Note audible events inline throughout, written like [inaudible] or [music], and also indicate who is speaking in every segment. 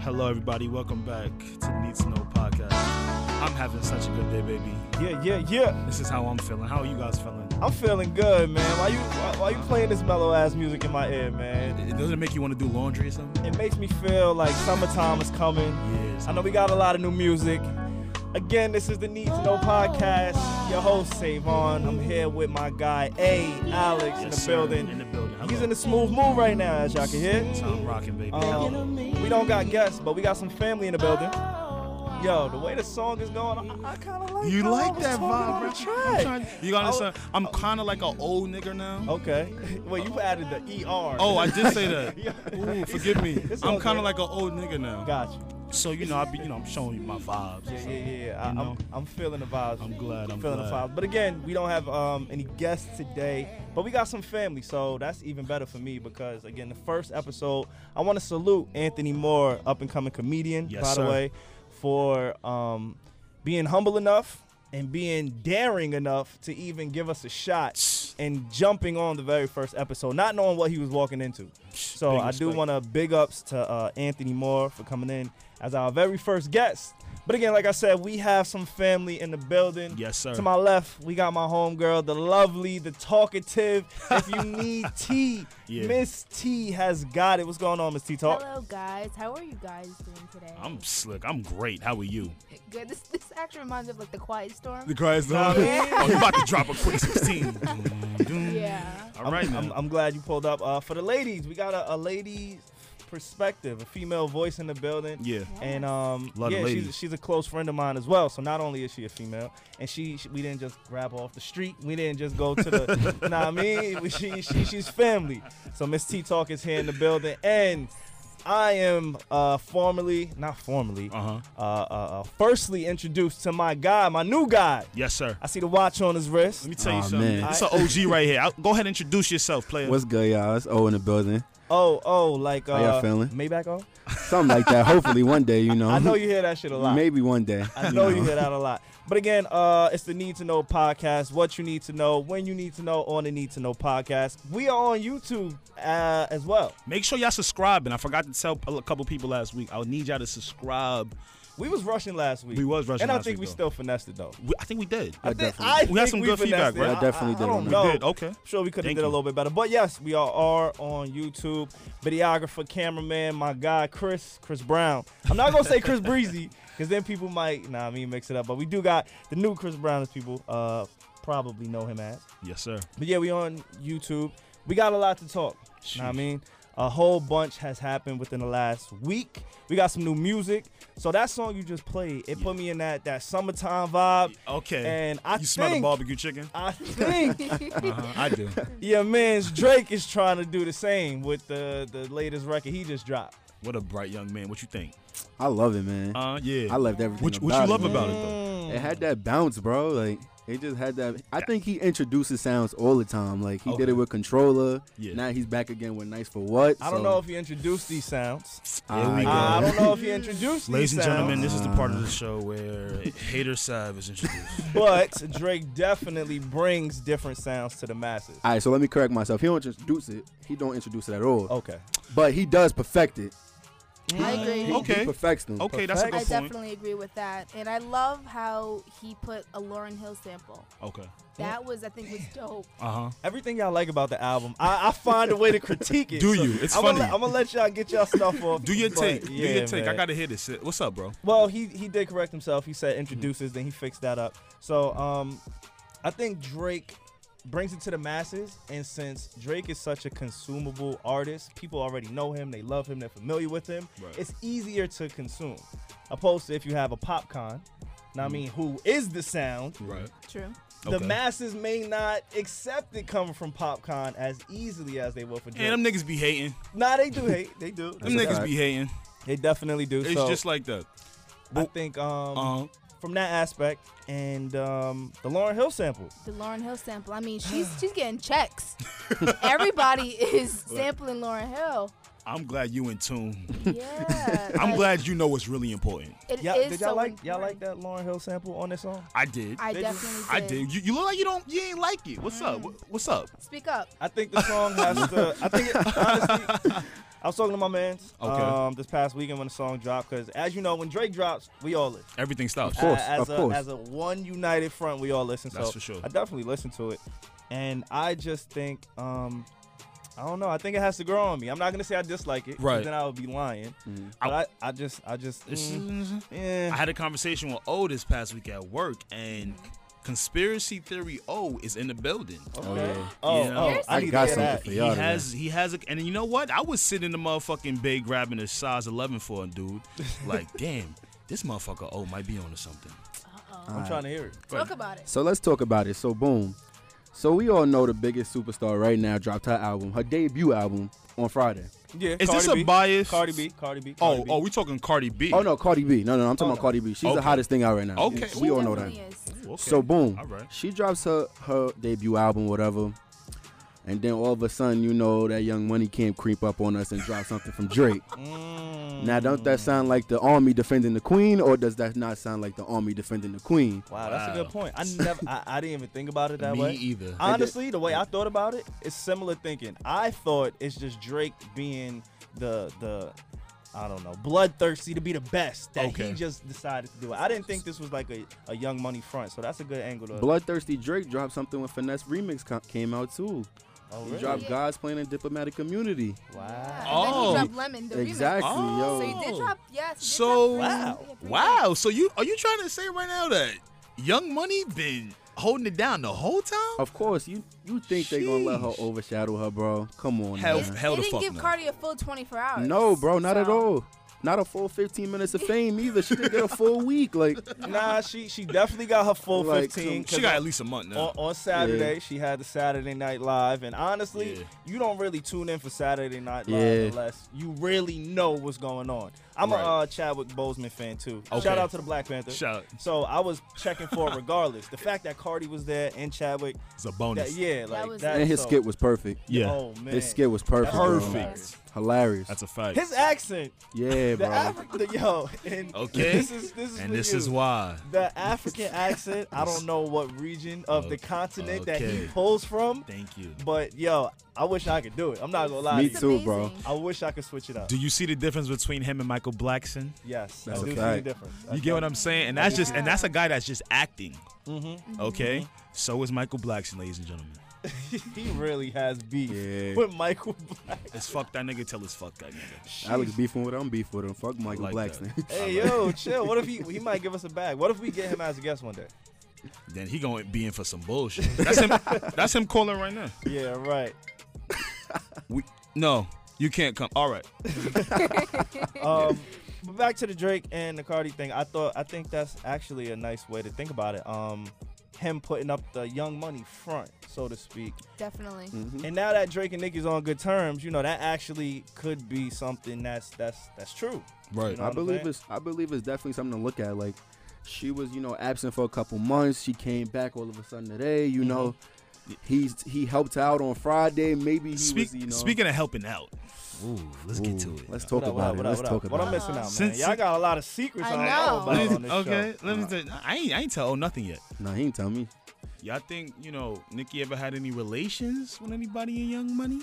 Speaker 1: Hello, everybody. Welcome back to the Need to Know podcast. I'm having such a good day, baby.
Speaker 2: Yeah, yeah, yeah.
Speaker 1: This is how I'm feeling. How are you guys feeling?
Speaker 2: I'm feeling good, man. Why you why, why you playing this mellow ass music in my ear, man?
Speaker 1: It doesn't make you want to do laundry or something.
Speaker 2: It makes me feel like summertime is coming.
Speaker 1: Yes.
Speaker 2: I know we got a lot of new music. Again, this is the Need to Know podcast. Your host Savon. I'm here with my guy A Alex in the
Speaker 1: Yes, sir.
Speaker 2: building.
Speaker 1: In the building. Hello.
Speaker 2: He's in a smooth mood right now, as y'all can hear.
Speaker 1: Time rocking, baby.
Speaker 2: Um, we don't got guests, but we got some family in the building. Yo, the way the song is going, I, I kind of like.
Speaker 1: you
Speaker 2: how I
Speaker 1: like
Speaker 2: was
Speaker 1: that
Speaker 2: talking
Speaker 1: vibe,
Speaker 2: on
Speaker 1: bro?
Speaker 2: the track.
Speaker 1: I'm trying- You got
Speaker 2: I was-
Speaker 1: understand? I'm kind of like an old nigga now.
Speaker 2: Okay. [laughs] Well, you added the ER.
Speaker 1: Oh, I did say that.
Speaker 2: Yeah.
Speaker 1: Ooh, forgive me.
Speaker 2: It's
Speaker 1: I'm
Speaker 2: okay.
Speaker 1: kind of like an old nigga now.
Speaker 2: [laughs] Got you.
Speaker 1: So you know, I be, you know, I'm showing you my vibes.
Speaker 2: Yeah, yeah, yeah. yeah. I,
Speaker 1: You know?
Speaker 2: I'm, I'm feeling the vibes.
Speaker 1: I'm glad, I'm
Speaker 2: feeling
Speaker 1: glad.
Speaker 2: the vibes. But again, we don't have um, any guests today, but we got some family, so that's even better for me because again, the first episode, I want to salute Anthony Moore, up and coming comedian,
Speaker 1: Yes,
Speaker 2: by
Speaker 1: sir.
Speaker 2: the way, for um, being humble enough and being daring enough to even give us a shot and jumping on the very first episode, not knowing what he was walking into. So
Speaker 1: Big
Speaker 2: I do
Speaker 1: respect.
Speaker 2: want to big ups to uh, Anthony Moore for coming in as our very first guest. But again, like I said, we have some family in the building.
Speaker 1: Yes, sir.
Speaker 2: To my left, we got my homegirl, the lovely, the talkative. If
Speaker 1: [laughs]
Speaker 2: you need tea,
Speaker 1: Yeah.
Speaker 2: Miss T has got it. What's going on, Miss T Talk?
Speaker 3: Hello guys, how are you guys doing today? [laughs]
Speaker 1: I'm slick. I'm great. How are you?
Speaker 3: good. This this actually reminds me of like the Quiet Storm.
Speaker 1: Christ
Speaker 2: Nah, man.
Speaker 1: Oh, you about to drop a quick
Speaker 4: [laughs]
Speaker 1: 16.
Speaker 3: Yeah.
Speaker 1: All right,
Speaker 2: I'm,
Speaker 1: man.
Speaker 2: I'm, I'm glad you pulled up. Uh, for the ladies, we got a, a lady's perspective, a female voice in the building.
Speaker 1: yeah.
Speaker 2: And um,
Speaker 1: Love the
Speaker 2: yeah,
Speaker 1: ladies.
Speaker 2: she's, she's a close friend of mine as well. So not only is she a female, and she, she- we didn't just grab her off the street. We didn't just go to the. nah, I mean, we- she, she she's family. So Miss T Talk is here in the building, and I am uh formally not formally uh,
Speaker 1: Uh huh.
Speaker 2: uh, uh firstly introduced to my guy, my new guy.
Speaker 1: Yes, sir.
Speaker 2: I see the watch on his wrist.
Speaker 1: Let me tell you
Speaker 4: Aw,
Speaker 1: something.
Speaker 4: man.
Speaker 1: It's an OG right here. I'll- go ahead and introduce yourself, player.
Speaker 4: What's good, y'all? It's O in the building.
Speaker 2: Oh oh, like uh,
Speaker 4: How y'all feeling? Uh-huh.
Speaker 2: Maybach on.
Speaker 4: Something like that. Hopefully one day, you
Speaker 2: [laughs]
Speaker 4: know.
Speaker 2: I know you hear that shit a lot.
Speaker 4: Maybe one day.
Speaker 2: I know you hear that a lot. But again, uh, it's the Need to Know podcast. What you need to know, when you need to know, on the Need to Know podcast. We are on YouTube uh, as well.
Speaker 1: Make sure y'all subscribe. And I forgot to tell a couple people last week. I'll need y'all to subscribe.
Speaker 2: We was rushing last week.
Speaker 1: We was rushing
Speaker 2: and I
Speaker 1: last
Speaker 2: think
Speaker 1: week,
Speaker 2: we
Speaker 1: though.
Speaker 2: still finessed it though.
Speaker 1: We, I think we did.
Speaker 2: I
Speaker 4: Yeah,
Speaker 2: think,
Speaker 4: definitely.
Speaker 1: We
Speaker 2: I
Speaker 1: had
Speaker 2: think
Speaker 1: some
Speaker 2: we
Speaker 1: good feedback,
Speaker 2: finessed it.
Speaker 1: right?
Speaker 4: I definitely
Speaker 2: I,
Speaker 4: did
Speaker 2: I
Speaker 4: on
Speaker 2: don't
Speaker 4: that.
Speaker 2: know.
Speaker 1: We did. Okay.
Speaker 2: Sure, we could have
Speaker 1: Thank
Speaker 2: did a
Speaker 1: you.
Speaker 2: little bit better, but yes, we are, are on YouTube. Videographer, cameraman, my guy Chris, Chris Brown. I'm not gonna say Chris Breezy, cause then people might, nah, I mean mix it up. But we do got the new Chris Brown, as people uh, probably know him as.
Speaker 1: Yes, sir.
Speaker 2: But yeah, we on YouTube. We got a lot to talk. Know what I mean, a whole bunch has happened within the last week. We got some new music. So that song you just played, it put me in that that summertime vibe.
Speaker 1: Okay.
Speaker 2: And I
Speaker 1: you smell the
Speaker 2: think-
Speaker 1: barbecue
Speaker 2: [laughs]
Speaker 1: chicken?
Speaker 2: I think
Speaker 1: Uh-huh. I do.
Speaker 2: your man's Drake is trying to do the same with the the latest record he just dropped.
Speaker 1: What a bright young man. What you think?
Speaker 4: I love it, man.
Speaker 1: Uh, yeah.
Speaker 4: I loved everything.
Speaker 1: What you- what
Speaker 4: about
Speaker 1: you love
Speaker 4: it, man.
Speaker 1: about it, though?
Speaker 4: It had that bounce, bro. Like it just had that. I think he introduces sounds all the time. Like he did
Speaker 1: Okay.
Speaker 4: it with Controller.
Speaker 1: Yeah.
Speaker 4: Now he's back again with Nice for What.
Speaker 2: Hmm. I don't know if he introduced these sounds.
Speaker 1: Here we go.
Speaker 2: Ah, I don't know if he
Speaker 1: [laughs]
Speaker 2: introduced
Speaker 1: Ladies
Speaker 2: these
Speaker 1: and
Speaker 2: sounds,
Speaker 1: gentlemen, this is the part of the show where Hater Sav is
Speaker 2: [laughs]
Speaker 1: introduced.
Speaker 2: but Drake definitely brings different sounds to the masses.
Speaker 4: All right, so let me correct myself. He don't introduce it. He don't introduce it at all.
Speaker 2: Okay.
Speaker 4: But he does perfect it.
Speaker 3: I agree.
Speaker 4: He-
Speaker 1: Okay. Oh,
Speaker 4: He perfects them.
Speaker 1: Okay, that's a
Speaker 3: I
Speaker 1: good point.
Speaker 3: definitely agree with that. And I love how he put a Lauren Hill sample.
Speaker 1: Okay.
Speaker 3: That was I think was dope.
Speaker 1: Uh huh.
Speaker 2: Everything y'all like about the album, I, I find a way to critique it.
Speaker 1: Do you? It's
Speaker 2: I'm
Speaker 1: funny.
Speaker 2: Gonna, I'm gonna let y'all get y'all stuff off.
Speaker 1: Do your
Speaker 2: but
Speaker 1: take. Do
Speaker 2: yeah,
Speaker 1: your take. I
Speaker 2: man.
Speaker 1: gotta hear this. What's up, bro?
Speaker 2: Well, he he did correct himself. He
Speaker 1: Mm-hmm.
Speaker 2: said introduces, then he fixed that up. So um, I think Drake brings it to the masses, and since Drake is such a consumable artist, people already know him, they love him, they're familiar with him.
Speaker 1: Right.
Speaker 2: It's easier to consume, opposed to if you have a popcorn. Now I
Speaker 1: Mm-hmm.
Speaker 2: mean, who is the sound?
Speaker 1: Right.
Speaker 3: True.
Speaker 2: The
Speaker 1: Okay.
Speaker 2: masses may not accept it coming from popcorn as easily as they will for Drake.
Speaker 1: Yeah, them niggas be hating.
Speaker 2: Nah, they do hate. They do.
Speaker 1: Them
Speaker 4: That's a
Speaker 1: niggas
Speaker 4: fact.
Speaker 1: be hating.
Speaker 2: They definitely do.
Speaker 1: It's
Speaker 2: so
Speaker 1: just like that.
Speaker 2: I think um,
Speaker 1: Uh,
Speaker 2: from that aspect and um, the Lauren Hill sample.
Speaker 3: The Lauren Hill sample. I mean, she's she's getting checks.
Speaker 2: [laughs]
Speaker 3: Everybody is sampling Lauren Hill.
Speaker 1: Uh-huh. [laughs] I'm glad you in tune.
Speaker 3: Yeah.
Speaker 1: I'm
Speaker 3: like,
Speaker 1: glad you know what's really important.
Speaker 3: It is
Speaker 2: Y'all, did y'all
Speaker 3: so
Speaker 2: like y'all like
Speaker 3: important.
Speaker 2: that Lauren Hill sample on this song?
Speaker 1: I did. I,
Speaker 3: I
Speaker 2: Did you?
Speaker 3: definitely did.
Speaker 1: did. You, you look like you don't. You ain't like it. What's up? Wh- What's up?
Speaker 3: Speak up.
Speaker 2: I think the song has to. I think it, [laughs] honestly, I was talking to my man's
Speaker 1: Okay.
Speaker 2: um, this past weekend when the song dropped because, as you know, when Drake drops, we all listen.
Speaker 1: Everything stops.
Speaker 4: course,
Speaker 2: A- as
Speaker 4: of
Speaker 2: a,
Speaker 4: course.
Speaker 2: As a one united front, we all listen.
Speaker 5: That's
Speaker 2: so
Speaker 5: for sure.
Speaker 2: I definitely listen to it, and I just think, um, I don't know. I think it has to grow on me. I'm not gonna say I dislike it, 'cause
Speaker 1: Right.
Speaker 2: Then I would be lying.
Speaker 4: Mm-hmm.
Speaker 2: But I, I just, I just, mm,
Speaker 5: I
Speaker 2: yeah.
Speaker 5: had a conversation with O this past week at work, and conspiracy theory O is in the building.
Speaker 4: Oh yeah.
Speaker 2: Oh,
Speaker 5: Yeah.
Speaker 2: oh, I,
Speaker 4: I
Speaker 2: need to
Speaker 4: got
Speaker 2: hear that.
Speaker 4: something for
Speaker 5: He
Speaker 4: y'all. today.
Speaker 5: has, he has, a, and you know what? I was sitting in the motherfucking bay grabbing a size 11 for a dude.
Speaker 4: [laughs]
Speaker 5: Like, damn, this motherfucker O might be onto something.
Speaker 2: I'm trying to hear it.
Speaker 3: Talk about it.
Speaker 4: So let's talk about it. So boom. So we all know the biggest superstar right now dropped her album, her debut album, on Friday.
Speaker 2: Yeah.
Speaker 1: Is
Speaker 2: Cardi
Speaker 1: this a
Speaker 2: B.
Speaker 1: bias?
Speaker 2: Cardi B. Cardi B. Cardi
Speaker 1: Oh,
Speaker 2: B.
Speaker 1: oh, we talking Cardi B.
Speaker 4: Oh no, Cardi B. No, no, I'm talking
Speaker 2: Oh,
Speaker 4: about Cardi B. She's
Speaker 1: Okay.
Speaker 4: the hottest thing out right now.
Speaker 1: Okay.
Speaker 4: We
Speaker 3: She
Speaker 4: all know that.
Speaker 3: definitely is.
Speaker 1: Okay.
Speaker 4: So boom,
Speaker 5: All right.
Speaker 4: she drops her her debut album, whatever, and then all of a sudden, you know, that Young Money can't creep up on us and drop something from Drake.
Speaker 2: Mm.
Speaker 4: Now, don't that sound like the army defending the queen, or does that not sound like the army defending the queen?
Speaker 2: Wow, that's a
Speaker 5: Wow.
Speaker 2: good point. I never, I, I didn't even think about it that
Speaker 5: Me
Speaker 2: way.
Speaker 5: either.
Speaker 2: Honestly, the way I thought about it is similar thinking. I thought it's just Drake being the the I don't know, bloodthirsty to be the best that
Speaker 5: Okay.
Speaker 2: he just decided to do it. I didn't think this was like a, a young money front, so that's a good angle
Speaker 1: Uh.
Speaker 2: to
Speaker 4: Bloodthirsty Drake dropped something when Finesse Remix co- came out too.
Speaker 2: Oh,
Speaker 4: He
Speaker 2: really?
Speaker 4: dropped
Speaker 3: Yeah.
Speaker 4: God's Plan and Diplomatic Community.
Speaker 2: Wow.
Speaker 3: Yeah, and then
Speaker 5: Oh.
Speaker 3: he dropped Lemon, the remix.
Speaker 4: exactly,
Speaker 1: Oh.
Speaker 3: So
Speaker 4: yo.
Speaker 3: you did drop, yes. you did
Speaker 1: So-
Speaker 3: drop Lemon.
Speaker 2: Wow.
Speaker 3: Yeah, pretty
Speaker 1: Wow. So you are you trying to say right now that Young Money been holding it down the whole time?
Speaker 4: Of course, you you think they gonna let her
Speaker 1: Sheesh.
Speaker 4: overshadow her, bro? Come on,
Speaker 1: Hell
Speaker 4: man.
Speaker 3: good.
Speaker 1: Hell
Speaker 3: they
Speaker 1: the
Speaker 3: didn't
Speaker 1: fuck
Speaker 3: give
Speaker 1: no.
Speaker 3: Cardi a full 24 hours.
Speaker 4: No, bro, not at
Speaker 3: So-
Speaker 4: all. Not a full 15 minutes of fame either. She didn't get a full week. Like,
Speaker 2: Nah, she she definitely got her full
Speaker 4: Like,
Speaker 2: 15.
Speaker 1: She
Speaker 2: 'cause
Speaker 1: got
Speaker 2: on-
Speaker 1: at least a month now.
Speaker 4: Oh.
Speaker 2: on, on Saturday, she had the Saturday Night Live, and honestly,
Speaker 1: Yeah.
Speaker 2: you don't really tune in for Saturday Night Live
Speaker 4: Yeah.
Speaker 2: unless you really know what's going on. I'm
Speaker 1: Right.
Speaker 2: a uh, Chadwick Boseman fan too.
Speaker 1: Okay.
Speaker 2: Shout out to the Black Panther.
Speaker 1: Shout.
Speaker 2: So I was checking for it regardless. The fact that Cardi was there and Chadwick,
Speaker 1: It's a
Speaker 2: that,
Speaker 1: bonus.
Speaker 2: yeah, like
Speaker 3: was-
Speaker 2: that.
Speaker 4: and his
Speaker 2: so-
Speaker 4: skit was perfect.
Speaker 1: Yeah.
Speaker 2: Oh man,
Speaker 4: His skit was perfect. bro.
Speaker 1: Perfect.
Speaker 4: Hilarious.
Speaker 1: That's a fact.
Speaker 2: His accent,
Speaker 4: yeah,
Speaker 2: the
Speaker 4: bro.
Speaker 2: African, yo, and
Speaker 1: Okay.
Speaker 2: this is this is
Speaker 1: and
Speaker 2: for
Speaker 1: this
Speaker 2: you.
Speaker 1: is why.
Speaker 2: The African accent, I don't know what region of the
Speaker 1: Okay.
Speaker 2: continent that he
Speaker 1: Okay.
Speaker 2: pulls from,
Speaker 1: Thank you.
Speaker 2: But yo, I wish I could do it. I'm not gonna lie.
Speaker 4: Me
Speaker 2: to
Speaker 3: It's
Speaker 2: you.
Speaker 4: too, bro.
Speaker 3: amazing.
Speaker 2: I wish I could switch it up.
Speaker 1: Do you see the difference between him and Michael Blackson?
Speaker 2: yes,
Speaker 4: That's
Speaker 2: I
Speaker 4: a
Speaker 2: do see the
Speaker 4: fact.
Speaker 2: difference.
Speaker 1: You get what I'm saying? And that's just and that's a guy that's just acting.
Speaker 2: Mm-hmm.
Speaker 1: Okay? So is Michael Blackson, ladies and gentlemen.
Speaker 2: he really has beef
Speaker 4: Yeah.
Speaker 2: with Michael [laughs] Black.
Speaker 1: It's fuck that nigga till it's fuck that nigga.
Speaker 4: Alex beefing with him. I'm beefing with him. Fuck Michael
Speaker 1: Like
Speaker 4: Blackson. [laughs]
Speaker 2: Hey yo, chill. What if he he might give us a bag? What if we get him as a guest one day?
Speaker 1: Then he gonna be in for some bullshit. [laughs] That's him that's him calling right now.
Speaker 2: Yeah, right.
Speaker 1: We no, you can't come. All right.
Speaker 4: [laughs]
Speaker 2: Um, but back to the Drake and the Cardi thing. I thought I think that's actually a nice way to think about it. Um, him putting up the Young Money front, so to speak.
Speaker 3: Definitely.
Speaker 4: Mm-hmm.
Speaker 2: And now that Drake and Nicki's on good terms, you know that actually could be something that's that's that's true.
Speaker 1: Right.
Speaker 2: know
Speaker 4: I
Speaker 2: what I'm
Speaker 4: believe
Speaker 2: saying?
Speaker 4: it's I believe it's definitely something to look at. Like she was, you know, absent for a couple months. She came back all of a sudden today,
Speaker 2: Mm-hmm.
Speaker 4: you know. He's he helped out on Friday. Maybe he
Speaker 1: Speak,
Speaker 4: was, you know.
Speaker 1: Speaking of helping out. Ooh, let's
Speaker 4: Ooh,
Speaker 1: get to it.
Speaker 4: Let's
Speaker 2: What
Speaker 4: talk
Speaker 2: up,
Speaker 4: about
Speaker 2: what
Speaker 4: it.
Speaker 2: up,
Speaker 4: Let's
Speaker 2: what up,
Speaker 4: talk
Speaker 2: what up?
Speaker 4: about
Speaker 2: What I'm
Speaker 4: it.
Speaker 2: missing out, man.
Speaker 1: Since-
Speaker 2: Y'all got a lot of secrets.
Speaker 3: I
Speaker 2: I,
Speaker 3: know.
Speaker 2: know. about on this
Speaker 1: okay,
Speaker 2: show.
Speaker 1: let me. tell- I ain't. I ain't tell. Oh, nothing yet.
Speaker 4: Nah, he ain't tell me.
Speaker 1: Y'all think you know Nikki ever had any relations with anybody in Young Money?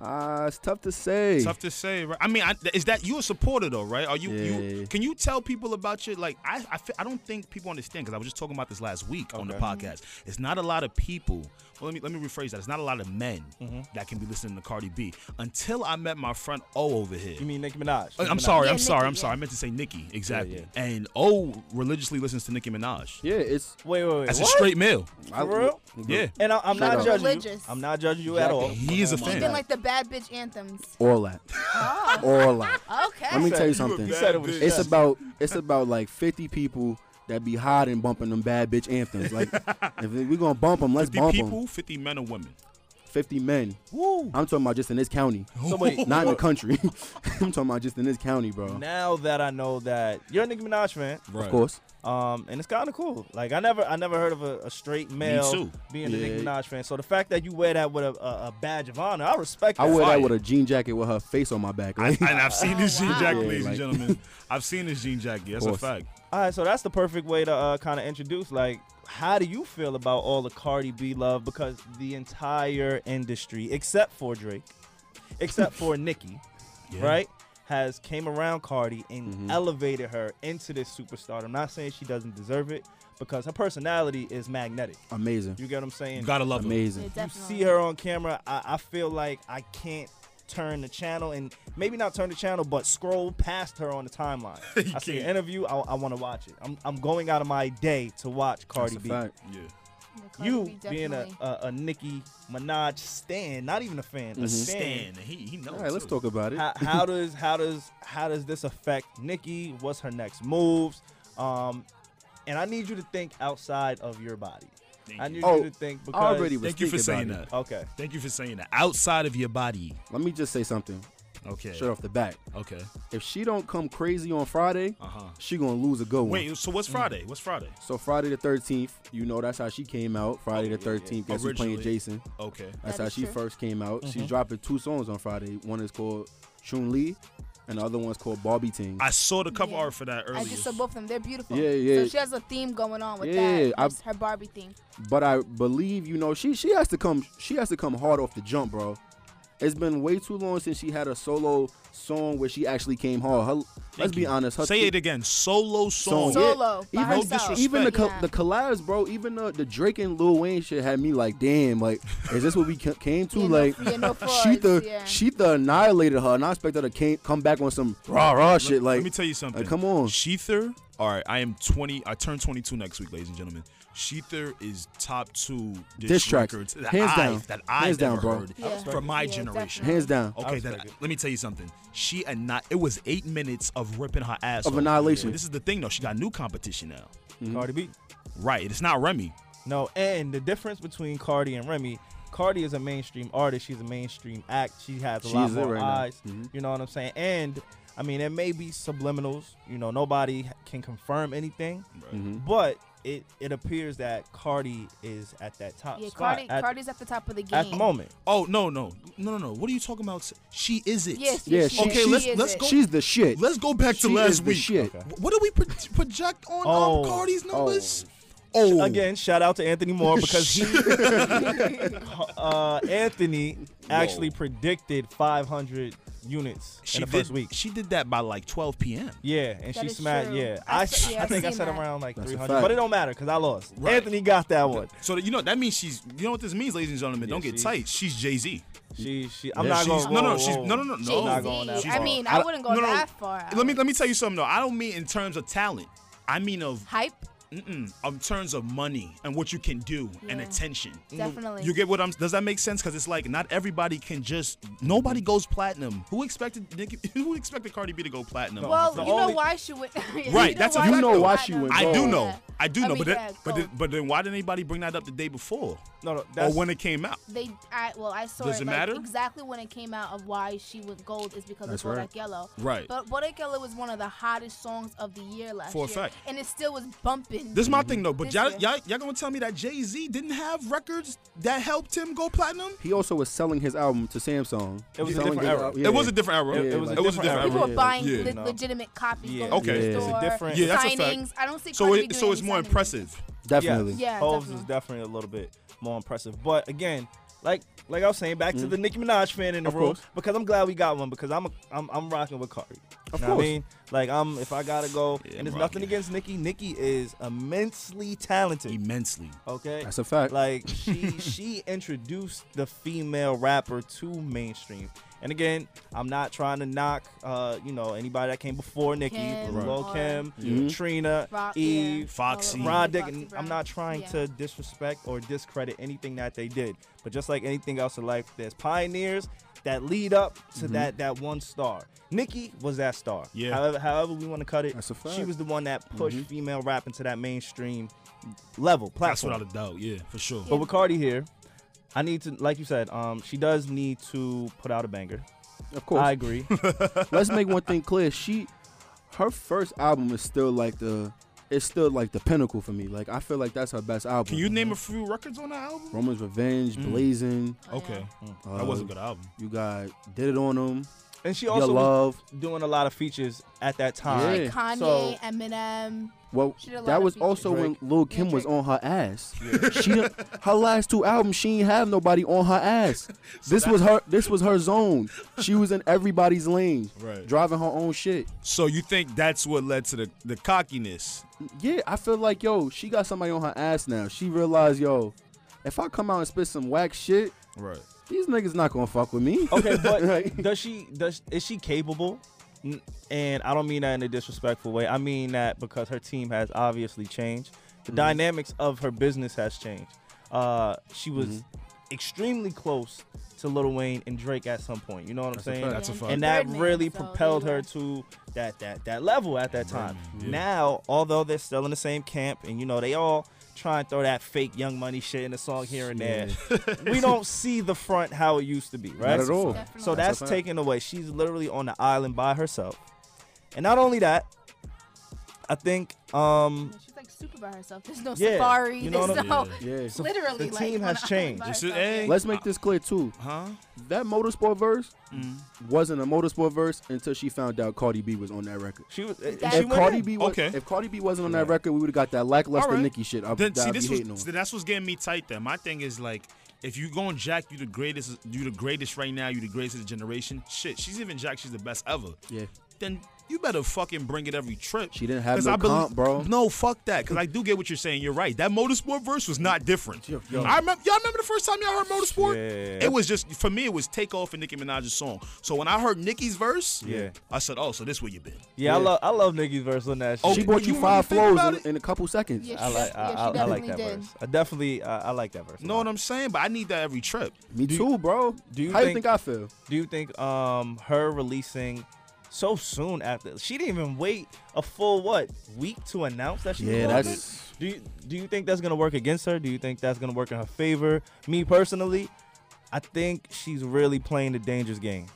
Speaker 4: Ah, it's tough to say.
Speaker 1: Tough to say, right? I mean, I, is that you a supporter though, right? Are you?
Speaker 4: Yeah.
Speaker 1: you can you tell people about your like? I I, fe- I don't think people understand because I was just talking about this last week on the
Speaker 2: Okay.
Speaker 1: podcast. It's not a lot of people. Well, let me let me rephrase that. It's not a lot of men
Speaker 2: Mm-hmm.
Speaker 1: that can be listening to Cardi B until I met my friend O over here.
Speaker 2: You mean Nicki Minaj?
Speaker 1: Uh,
Speaker 2: Nicki
Speaker 1: I'm
Speaker 2: Minaj.
Speaker 1: sorry.
Speaker 3: Yeah,
Speaker 1: I'm sorry.
Speaker 3: Nicki,
Speaker 1: I'm sorry.
Speaker 3: yeah.
Speaker 1: I meant to say Nicki. Exactly. And O religiously listens to Nicki Minaj.
Speaker 4: Yeah, it's
Speaker 2: Wait, wait, wait.
Speaker 1: That's
Speaker 2: what?
Speaker 1: a straight male.
Speaker 4: I-
Speaker 2: For real?
Speaker 1: Yeah.
Speaker 2: And I, I'm
Speaker 4: Shut
Speaker 2: not
Speaker 4: up.
Speaker 2: judging
Speaker 3: Religious.
Speaker 2: you. I'm not judging you at all.
Speaker 1: He is a
Speaker 3: He's
Speaker 1: fan.
Speaker 3: been like the bad bitch anthems.
Speaker 2: [laughs]
Speaker 4: All that. All that.
Speaker 3: Okay.
Speaker 4: Let me tell you something.
Speaker 2: You said it was
Speaker 4: It's
Speaker 2: just-
Speaker 4: about it's about like 50 people that be hot and bumping them bad bitch
Speaker 2: [laughs]
Speaker 4: anthems. Like if we gonna bump them, let's
Speaker 1: 50
Speaker 4: bump
Speaker 1: people,
Speaker 4: them.
Speaker 1: 50 men or women.
Speaker 4: 50 men.
Speaker 1: Woo.
Speaker 4: I'm talking about just in
Speaker 1: [laughs]
Speaker 4: this county, [laughs]
Speaker 2: So wait,
Speaker 4: not in the country. [laughs] I'm talking about just in this county, bro.
Speaker 2: now that I know that you're a Nicki Minaj man,
Speaker 1: Right.
Speaker 4: Of course.
Speaker 2: um, and it's kind of cool. Like I never, I never heard of a, a straight male
Speaker 1: too.
Speaker 2: being a Nicki
Speaker 4: Yeah.
Speaker 2: Minaj fan. So the fact that you wear that with a, a, a badge of honor, I respect.
Speaker 4: I
Speaker 2: that.
Speaker 4: wear that with a jean jacket with her face on my back.
Speaker 1: I, [laughs]
Speaker 4: Like,
Speaker 1: and I've seen this
Speaker 3: Oh,
Speaker 1: jean
Speaker 3: wow.
Speaker 1: jacket,
Speaker 4: Yeah,
Speaker 1: ladies and
Speaker 4: like-
Speaker 1: gentlemen. I've seen this jean jacket. That's a
Speaker 4: Course.
Speaker 1: fact.
Speaker 2: All right, so that's the perfect way to uh, kind of introduce. Like, how do you feel about all the Cardi B love? Because the entire industry, except for Drake, except for Nicki,
Speaker 1: Yeah.
Speaker 2: right, has came around Cardi and elevated her into this superstar. I'm not saying she doesn't deserve it because her personality is magnetic.
Speaker 4: [laughs] Amazing.
Speaker 2: You get what I'm saying?
Speaker 1: You gotta love him.
Speaker 4: Amazing.
Speaker 3: Yeah, definitely.
Speaker 2: you see her on camera, I, I feel like I can't turn the channel and maybe not turn the channel, but scroll past her on the timeline. I see an
Speaker 1: can't.
Speaker 2: interview, I, I want to watch it. I'm, I'm going out of my day to watch Cardi
Speaker 4: That's
Speaker 2: B.
Speaker 4: a fact.
Speaker 1: Yeah.
Speaker 3: Yeah, Cardi
Speaker 2: You
Speaker 3: B
Speaker 2: being a,
Speaker 3: definitely.
Speaker 2: a, a Nicki Minaj stan, not even a fan,
Speaker 4: Mm-hmm.
Speaker 2: a stan.
Speaker 1: Stan, he he knows.
Speaker 4: All right, let's
Speaker 1: too.
Speaker 4: talk about it.
Speaker 2: How, how [laughs] does how does how does this affect Nicki? What's her next moves? Um, and I need you to think outside of your body.
Speaker 1: Thank
Speaker 2: I
Speaker 1: you.
Speaker 2: need
Speaker 4: Oh,
Speaker 2: you to think because
Speaker 4: [laughs] I already was
Speaker 1: Thank you for
Speaker 4: thinking
Speaker 1: saying
Speaker 4: about it.
Speaker 1: that.
Speaker 2: okay.
Speaker 1: Thank you for saying that. Outside of your body.
Speaker 4: Let me just say something
Speaker 1: Okay.
Speaker 4: straight off the bat.
Speaker 1: Okay.
Speaker 4: If she don't come crazy on Friday,
Speaker 1: Uh huh.
Speaker 4: she gonna lose a good one.
Speaker 1: Wait. So
Speaker 2: Mm.
Speaker 1: what's Friday? What's Friday?
Speaker 4: So Friday the 13th, you know that's how she came out. Friday
Speaker 1: Oh,
Speaker 4: the 13th, guess who's playing
Speaker 1: Originally.
Speaker 4: Jason.
Speaker 1: Okay.
Speaker 4: That's
Speaker 3: That
Speaker 4: how
Speaker 3: is
Speaker 4: she
Speaker 3: true.
Speaker 4: first came out.
Speaker 1: Mm-hmm.
Speaker 4: She's dropping two songs on Friday. One is called Chun Li, and the other one's called Bobby Ting.
Speaker 1: I saw the cover
Speaker 3: Yeah.
Speaker 1: art for that earlier.
Speaker 3: I just saw both of them. They're beautiful.
Speaker 4: Yeah, yeah.
Speaker 3: So she has a theme going on with
Speaker 4: Yeah,
Speaker 3: that.
Speaker 4: I-
Speaker 3: It's her Barbie theme.
Speaker 4: But I believe you know she she has to come she has to come hard off the jump, bro. It's been way too long since she had a solo song where she actually came hard. Her, let's be
Speaker 1: you.
Speaker 4: honest. Her
Speaker 1: Say it again. Solo song.
Speaker 4: Yeah.
Speaker 3: Solo, by No
Speaker 4: Even,
Speaker 3: herself. disrespect.
Speaker 4: even the co-
Speaker 3: Yeah.
Speaker 4: the collabs, bro. Even the, the Drake and Lil Wayne shit had me like, damn, like, is this what we ca- came to?
Speaker 3: Yeah, no-
Speaker 4: like,
Speaker 3: yeah, no
Speaker 4: [laughs] she
Speaker 3: frauds,
Speaker 4: the
Speaker 3: yeah.
Speaker 4: she the annihilated her, and I expect her to came, come back on some rah rah shit. Like,
Speaker 1: Let me tell you something.
Speaker 4: come on.
Speaker 1: Sheether. All right, I am 20. I turn 22 next week, ladies and gentlemen. Sheether is top two diss,
Speaker 4: Diss tracks.
Speaker 1: records that
Speaker 4: Hands
Speaker 1: I've,
Speaker 4: down.
Speaker 1: that I've
Speaker 4: Hands down,
Speaker 1: ever
Speaker 4: bro.
Speaker 1: heard
Speaker 3: Yeah. respect
Speaker 1: from
Speaker 3: it.
Speaker 1: my
Speaker 3: Yeah,
Speaker 1: generation.
Speaker 3: definitely.
Speaker 4: hands down.
Speaker 1: Okay,
Speaker 2: respect
Speaker 1: that,
Speaker 2: it.
Speaker 1: let me tell you something. She and not it was eight minutes of ripping her ass
Speaker 4: Of
Speaker 1: off.
Speaker 4: annihilation.
Speaker 1: This is the thing though. She got new competition now.
Speaker 4: Mm-hmm.
Speaker 2: Cardi B.
Speaker 1: Right, it's not Remy.
Speaker 2: No, and the difference between Cardi and Remy, Cardi is a mainstream artist. She's a mainstream act. She has a lot
Speaker 4: She's it
Speaker 2: more
Speaker 4: right now. Mm-hmm.
Speaker 2: eyes. You know what I'm saying? And I mean, it may be subliminals. You know, nobody can confirm anything,
Speaker 4: Mm-hmm.
Speaker 2: but it it appears that Cardi is at that top
Speaker 3: Yeah,
Speaker 2: spot
Speaker 3: Cardi,
Speaker 2: at,
Speaker 3: Cardi's at the top of the game.
Speaker 2: at the moment.
Speaker 1: Oh no no no no no. What are you talking about? She is it.
Speaker 3: Yes,
Speaker 4: Yeah,
Speaker 3: yes,
Speaker 4: she-
Speaker 1: Okay,
Speaker 3: she
Speaker 1: let's-
Speaker 3: is
Speaker 1: let's
Speaker 3: it.
Speaker 1: go-
Speaker 4: She's the shit.
Speaker 1: Let's go back to
Speaker 4: She
Speaker 1: last
Speaker 4: is the
Speaker 1: week.
Speaker 4: shit.
Speaker 1: Wh- What do we pro- project on
Speaker 2: Oh.
Speaker 1: um, Cardi's
Speaker 4: Oh.
Speaker 1: numbers? Oh,
Speaker 2: Again, shout out to Anthony Moore because
Speaker 4: [laughs]
Speaker 2: he, uh, Anthony actually predicted 500 units
Speaker 1: She
Speaker 2: in the
Speaker 1: did,
Speaker 2: first week.
Speaker 1: She did that by like 12 p.m.
Speaker 2: Yeah, and
Speaker 3: That
Speaker 2: she
Speaker 3: is
Speaker 2: smacked.
Speaker 3: true.
Speaker 2: Yeah,
Speaker 3: I
Speaker 2: I,
Speaker 3: s- yeah,
Speaker 2: I
Speaker 3: I've
Speaker 2: think I
Speaker 3: seen
Speaker 2: said
Speaker 3: that.
Speaker 2: around like
Speaker 4: That's a
Speaker 2: 300,
Speaker 4: fact.
Speaker 2: but it don't matter because I lost.
Speaker 1: Right.
Speaker 2: Anthony got that one.
Speaker 1: So that, you know that means she's. You know what this means, ladies and gentlemen. Don't
Speaker 2: Yeah,
Speaker 1: get
Speaker 2: she-
Speaker 1: tight. She's Jay Z.
Speaker 2: She, she. I'm
Speaker 4: Yeah,
Speaker 2: not
Speaker 1: She's
Speaker 2: going.
Speaker 1: no, no, she's no, no, no,
Speaker 3: Jay-Z.
Speaker 1: no.
Speaker 2: Not going that
Speaker 3: I
Speaker 2: far.
Speaker 3: mean,
Speaker 1: I
Speaker 3: I
Speaker 1: don't-
Speaker 3: wouldn't go
Speaker 1: no, no.
Speaker 3: that far. I
Speaker 1: Let me
Speaker 3: would-
Speaker 1: let me tell you something though. I don't mean in terms of talent. I mean of
Speaker 3: hype.
Speaker 1: mm-mm, in terms of money and what you can do and
Speaker 3: Yeah.
Speaker 1: attention.
Speaker 3: Definitely.
Speaker 1: You get what I'm? Does that make sense? Because it's like not everybody can just. Nobody goes platinum. Who expected? Nicki- [laughs] Who expected Cardi B to go platinum?
Speaker 3: Well,
Speaker 2: The
Speaker 3: you know
Speaker 2: only-
Speaker 3: why she went. [laughs] you
Speaker 1: Right, that's a
Speaker 3: why
Speaker 1: fact,
Speaker 3: she
Speaker 1: though.
Speaker 4: You know why
Speaker 3: platinum.
Speaker 4: she went
Speaker 1: I do
Speaker 4: gold.
Speaker 1: know.
Speaker 3: Yeah.
Speaker 1: I do know.
Speaker 3: mean,
Speaker 1: but
Speaker 3: yeah,
Speaker 1: then, but
Speaker 3: gold.
Speaker 1: then, but then why didn't anybody bring that up the day before
Speaker 2: no, no.
Speaker 1: or
Speaker 2: That's,
Speaker 1: when it came out?
Speaker 3: They, I, well, I saw
Speaker 1: Does it
Speaker 3: it, like,
Speaker 1: matter?
Speaker 3: exactly when it came out of why she went gold is because
Speaker 4: That's
Speaker 3: of Bodak
Speaker 4: right.
Speaker 3: Yellow.
Speaker 1: Right.
Speaker 3: But Bodak Yellow was one of the hottest songs of the year last
Speaker 1: For a
Speaker 3: year,
Speaker 1: fact.
Speaker 3: and it still was bumping.
Speaker 1: This is my thing though, but
Speaker 3: This
Speaker 1: y'all,
Speaker 3: year.
Speaker 1: y'all, y'all gonna tell me that Jay Z didn't have records that helped him go platinum?
Speaker 4: He also was selling his album to Samsung.
Speaker 2: It was a
Speaker 4: Selling
Speaker 2: different
Speaker 4: his
Speaker 2: era.
Speaker 4: al-
Speaker 1: It was a different era.
Speaker 2: It- it was a different era.
Speaker 3: People
Speaker 4: Yeah,
Speaker 3: are buying
Speaker 1: yeah.
Speaker 3: le-
Speaker 2: No.
Speaker 3: legitimate copies.
Speaker 2: Yeah.
Speaker 3: Going
Speaker 1: Okay.
Speaker 3: to
Speaker 4: Yeah.
Speaker 3: the
Speaker 4: It's a
Speaker 3: store,
Speaker 2: different-
Speaker 1: Yeah, that's a
Speaker 3: signings.
Speaker 1: fact.
Speaker 3: I don't see.
Speaker 1: So
Speaker 3: Cardi
Speaker 1: it,
Speaker 3: doing
Speaker 1: so
Speaker 3: any
Speaker 1: it's more
Speaker 3: signings.
Speaker 1: impressive.
Speaker 4: Definitely.
Speaker 3: Yeah,
Speaker 2: Hoes
Speaker 3: definitely.
Speaker 2: is definitely a little bit more impressive. But again, like like I was saying, back
Speaker 1: Mm-hmm.
Speaker 2: to the Nicki Minaj fan in the
Speaker 4: Of
Speaker 2: room
Speaker 4: course.
Speaker 2: because I'm glad we got one because I'm a, I'm I'm rocking with Cardi.
Speaker 4: Of
Speaker 2: Know what
Speaker 4: course.
Speaker 2: I mean, like I'm if I gotta go,
Speaker 1: Yeah,
Speaker 2: and there's
Speaker 1: I'm rocking.
Speaker 2: nothing against Nicki. Nicki is immensely talented.
Speaker 1: Immensely.
Speaker 2: Okay,
Speaker 4: That's a fact.
Speaker 2: Like she she introduced the female rapper to mainstream. And again, I'm not trying to knock uh, you know, anybody that came before Nicki,
Speaker 3: Kim,
Speaker 2: Lil
Speaker 3: Right.
Speaker 2: Kim,
Speaker 4: Yeah.
Speaker 2: Trina,
Speaker 3: Rock, yeah.
Speaker 2: Eve,
Speaker 1: Foxy.
Speaker 3: All of
Speaker 2: Rod
Speaker 3: them.
Speaker 2: Dick.
Speaker 3: Foxy
Speaker 2: and
Speaker 3: Brown.
Speaker 2: I'm not trying
Speaker 3: Yeah.
Speaker 2: to disrespect or discredit anything that they did. But just like anything else in life, there's pioneers that lead up to
Speaker 4: Mm-hmm.
Speaker 2: that that one star. Nicki was that star.
Speaker 1: Yeah.
Speaker 2: However, however we want to cut it,
Speaker 4: That's a
Speaker 2: she
Speaker 4: fact. Mm-hmm.
Speaker 2: was the one that pushed female rap into that mainstream level platform.
Speaker 1: That's without a doubt. Yeah, for sure.
Speaker 2: But with Cardi here, I need to, like you said, um, she does need to put out a banger.
Speaker 4: Of course.
Speaker 2: I agree.
Speaker 4: [laughs] let's make one thing clear. She, her first album is still like the, it's still like the pinnacle for me. Like I feel like that's her best album.
Speaker 1: Can you name a few records on that album?
Speaker 4: Roman's Revenge,
Speaker 2: Mm.
Speaker 4: Blazing.
Speaker 3: Oh, yeah.
Speaker 1: Okay,
Speaker 4: Oh, Uh,
Speaker 1: that was a good album.
Speaker 4: You got Did It On Them.
Speaker 2: and she
Speaker 4: Your
Speaker 2: also was
Speaker 4: Love.
Speaker 2: doing a lot of features at that time.
Speaker 4: Yeah.
Speaker 3: Kanye,
Speaker 2: So-
Speaker 3: Eminem,
Speaker 4: Well,
Speaker 3: She did a lot
Speaker 4: that
Speaker 3: of
Speaker 4: was
Speaker 3: features.
Speaker 4: also
Speaker 2: Drake.
Speaker 4: when Lil Kim
Speaker 3: Yeah,
Speaker 4: was
Speaker 3: Drake.
Speaker 4: on her ass. She didn't- her last two albums, she ain't have nobody on her
Speaker 2: [laughs]
Speaker 4: ass. this was her. This was her zone. She was in everybody's lane,
Speaker 1: Right.
Speaker 4: driving her own shit.
Speaker 1: So you think that's what led to the, the cockiness?
Speaker 4: Yeah, I feel like yo, she got somebody on her ass now. She realized yo, if I come out and spit some whack shit,
Speaker 1: Right.
Speaker 4: these niggas not gonna fuck with me.
Speaker 2: Okay,
Speaker 4: [laughs]
Speaker 2: but
Speaker 4: Right.
Speaker 2: does she does is she capable? N- And I don't mean that in a disrespectful way. I mean that because her team has obviously changed. The dynamics of her business has changed. Uh, she was extremely close to Lil Wayne and Drake at some point. You know what I'm saying?
Speaker 1: That's a fact.
Speaker 2: and that really propelled her to that that that level at that time. Now, although they're still in the same camp, and you know they all try and throw that fake Young Money shit in the song here and there, we
Speaker 4: [laughs]
Speaker 2: don't see the front how it used to be, right?
Speaker 4: Not at all.
Speaker 2: So
Speaker 3: Definitely.
Speaker 2: that's
Speaker 4: a fact.
Speaker 2: taken away. She's literally on the island by herself, and not only that, I think um
Speaker 3: She's like super by herself. There's no
Speaker 2: Yeah,
Speaker 3: safari.
Speaker 2: you know what
Speaker 3: There's
Speaker 2: I'm-
Speaker 3: no. [laughs]
Speaker 4: Yeah.
Speaker 3: Literally,
Speaker 2: the
Speaker 3: like,
Speaker 2: team
Speaker 3: on
Speaker 2: has
Speaker 3: an
Speaker 2: changed.
Speaker 3: island by
Speaker 1: This is-
Speaker 3: herself,
Speaker 1: hey.
Speaker 3: yeah.
Speaker 4: Let's make this clear too.
Speaker 1: Uh, Huh? Mm.
Speaker 4: That motorsport verse wasn't a motorsport verse until she found out Cardi B was on that record.
Speaker 2: she was.
Speaker 3: That-
Speaker 2: she
Speaker 4: If
Speaker 2: went
Speaker 4: Cardi
Speaker 2: in.
Speaker 4: B was,
Speaker 1: Okay.
Speaker 4: if Cardi B wasn't on that record, we would have got that lackluster
Speaker 1: All right.
Speaker 4: Nicki shit. I,
Speaker 1: Then see,
Speaker 4: would be
Speaker 1: this
Speaker 4: hating
Speaker 1: was
Speaker 4: on.
Speaker 1: that's what's getting me tight. Then my thing is like, if you going Jack, you the greatest. You the greatest right now. You the greatest of the generation. Shit, she's even Jack. She's the best ever.
Speaker 4: Yeah.
Speaker 1: Then you better fucking bring it every trip.
Speaker 4: She didn't have
Speaker 1: 'Cause
Speaker 4: no
Speaker 1: I belie-
Speaker 4: comp, bro.
Speaker 1: No, fuck that. Because I do get what you're saying. You're right. That motorsport verse was not different.
Speaker 4: Yo, yo.
Speaker 1: I remember. Y'all remember the first time y'all heard motorsport?
Speaker 2: Yeah.
Speaker 1: It was just for me. It was takeoff and Nicki Minaj's song. So when I heard Nicki's verse,
Speaker 2: Yeah.
Speaker 1: I said, "Oh, so this where you been?"
Speaker 2: yeah, I love I love Nicki's verse on that. Shit.
Speaker 1: Oh,
Speaker 4: She
Speaker 1: Okay,
Speaker 4: bought
Speaker 1: you
Speaker 4: you
Speaker 1: really
Speaker 4: five
Speaker 1: think
Speaker 4: flows
Speaker 1: about
Speaker 4: in,
Speaker 1: it?
Speaker 4: in a couple seconds.
Speaker 3: Yeah,
Speaker 2: I
Speaker 3: she
Speaker 2: like
Speaker 3: def-
Speaker 2: I,
Speaker 3: yeah,
Speaker 2: I,
Speaker 3: she
Speaker 2: I like
Speaker 3: definitely
Speaker 2: that
Speaker 3: did.
Speaker 2: verse. I definitely uh, I like that verse. a
Speaker 1: Know
Speaker 2: lot.
Speaker 1: what I'm saying? But I need that every trip.
Speaker 4: Me
Speaker 2: Do you-
Speaker 4: too, bro.
Speaker 2: do you
Speaker 4: How you
Speaker 2: think-
Speaker 4: think I feel?
Speaker 2: Do you think um her releasing so soon after she didn't even wait a full what week to announce that she was
Speaker 4: Yeah,
Speaker 2: going
Speaker 4: that's-
Speaker 2: through? Do you do you think that's gonna work against her? Do you think that's gonna work in her favor? Me personally, I think she's really playing the dangerous game.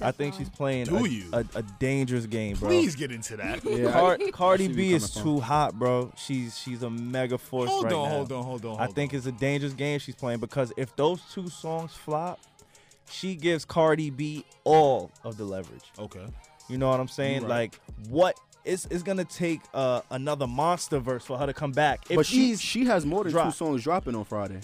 Speaker 2: I think she's playing
Speaker 1: Do
Speaker 2: a,
Speaker 1: you?
Speaker 2: a, a dangerous game, bro.
Speaker 1: Please get into that.
Speaker 4: Yeah,
Speaker 2: Car-
Speaker 4: [laughs] I
Speaker 2: Cardi
Speaker 4: see where
Speaker 2: B
Speaker 4: you're
Speaker 2: is
Speaker 4: coming
Speaker 2: too hot, bro. She's she's a mega force
Speaker 1: Hold
Speaker 2: right
Speaker 1: on,
Speaker 2: now.
Speaker 1: hold on, hold on,
Speaker 2: I
Speaker 1: hold
Speaker 2: think it's a dangerous game she's playing because if those two songs flop, she gives Cardi B all of the leverage.
Speaker 1: Okay.
Speaker 2: You know what I'm saying?
Speaker 1: You right.
Speaker 2: Like what it's it's gonna take uh, another monster verse for her to come back. If
Speaker 4: but she
Speaker 2: she's
Speaker 4: she has more than two
Speaker 2: dropped.
Speaker 4: songs dropping on Friday.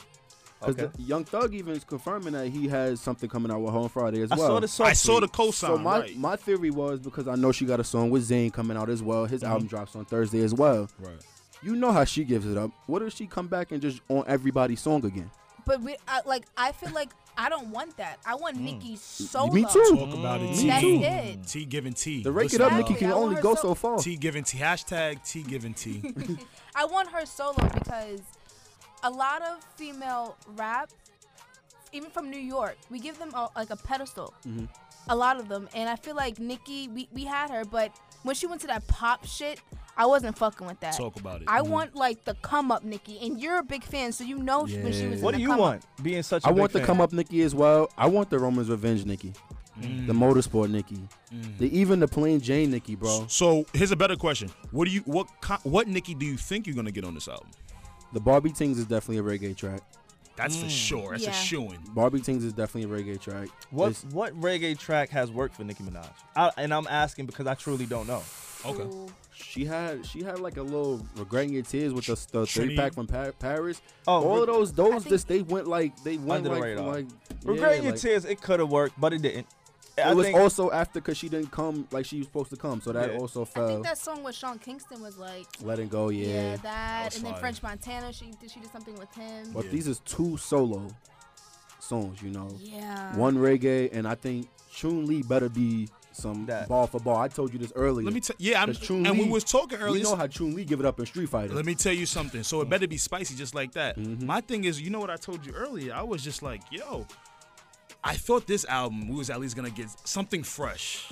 Speaker 4: Because
Speaker 2: Okay.
Speaker 4: Young Thug even is confirming that he has something coming out with her on Friday as
Speaker 2: I
Speaker 4: well.
Speaker 2: saw the song.
Speaker 1: I saw the cosign.
Speaker 4: So my
Speaker 1: right.
Speaker 4: my theory was because I know she got a song with Zayn coming out as well. His album drops on Thursday as well.
Speaker 1: Mm-hmm. right.
Speaker 4: You know how she gives it up. What if she come back and just on everybody's song again?
Speaker 3: But we, I, like, I feel like I don't want that. I
Speaker 1: Mm.
Speaker 3: want Nikki solo.
Speaker 4: Me too.
Speaker 1: Talk about it.
Speaker 2: Mm.
Speaker 1: T.
Speaker 3: That's it.
Speaker 1: T giving T.
Speaker 4: The rake it
Speaker 1: Listen
Speaker 4: up,
Speaker 1: up.
Speaker 4: Nicki
Speaker 3: Exactly.
Speaker 4: can
Speaker 3: I want
Speaker 4: only
Speaker 3: her
Speaker 4: go
Speaker 3: so-
Speaker 4: so far.
Speaker 1: T giving T. Hashtag T giving T.
Speaker 3: I want her solo because a lot of female rap, even from New York, we give them a, like a pedestal.
Speaker 2: Mm-hmm.
Speaker 3: A lot of them, and I feel like Nikki, we, we had her, but when she went to that pop shit, I wasn't fucking with that.
Speaker 1: Talk about it.
Speaker 3: I
Speaker 2: Mm-hmm.
Speaker 3: want like the come up Nikki, and you're a big fan, so you know she when she was.
Speaker 2: What
Speaker 3: in
Speaker 2: do
Speaker 3: the
Speaker 2: you
Speaker 3: come
Speaker 2: want? Being such a
Speaker 4: I
Speaker 2: big
Speaker 4: want the
Speaker 2: fan.
Speaker 4: come up Nicki as well. I want the Roman's Revenge Nicki,
Speaker 1: Mm.
Speaker 4: the Motorsport Nicki, the even the Plain Jane Nicki, bro.
Speaker 1: So here's a better question. What do you what co- what Nicki do you think you're gonna get on this album?
Speaker 4: The Barbie Tings is definitely a reggae track.
Speaker 1: That's for sure. That's
Speaker 3: Yeah.
Speaker 1: a shoo in.
Speaker 4: Barbie Tings is definitely a reggae track.
Speaker 2: What
Speaker 4: It's-
Speaker 2: what reggae track has worked for Nicki Minaj? I, and I'm asking because I truly don't know.
Speaker 1: Okay.
Speaker 3: Ooh.
Speaker 4: She had she had like a little regretting your tears with the, the
Speaker 1: Trini.
Speaker 4: three pack from pa- Paris.
Speaker 2: Oh,
Speaker 4: all of
Speaker 2: Re-
Speaker 4: those those
Speaker 3: think-
Speaker 4: just they went like they went
Speaker 2: Under the
Speaker 4: like,
Speaker 2: radar.
Speaker 4: like
Speaker 2: Regretting
Speaker 4: yeah,
Speaker 2: your
Speaker 4: like-
Speaker 2: tears, it could have worked, but it didn't.
Speaker 4: It
Speaker 2: I
Speaker 4: was
Speaker 2: think-
Speaker 4: also after because she didn't come like she was supposed to come, so that
Speaker 2: Yeah.
Speaker 4: also
Speaker 3: I think
Speaker 4: fell.
Speaker 3: that song with Sean Kingston was like.
Speaker 4: Letting go, yeah.
Speaker 3: Yeah, that,
Speaker 1: was
Speaker 3: and then
Speaker 1: fire.
Speaker 3: French Montana. She did she did something with him.
Speaker 4: But these is two solo songs, you know.
Speaker 3: Yeah.
Speaker 4: One reggae, and I think Chun Lee better be some
Speaker 2: That.
Speaker 4: ball for ball. I told you this earlier.
Speaker 1: Let me tell yeah, I'm,
Speaker 4: 'Cause Chun
Speaker 1: and we
Speaker 4: Li-
Speaker 1: was talking
Speaker 4: We
Speaker 1: earlier.
Speaker 4: know how Mm. Chun Lee give it up in Street Fighter.
Speaker 1: Let me tell you something. So it better be spicy just like that.
Speaker 4: Mm-hmm.
Speaker 1: My thing is, you know what I told you earlier? I was just like, yo, I thought this album we was at least gonna get something fresh.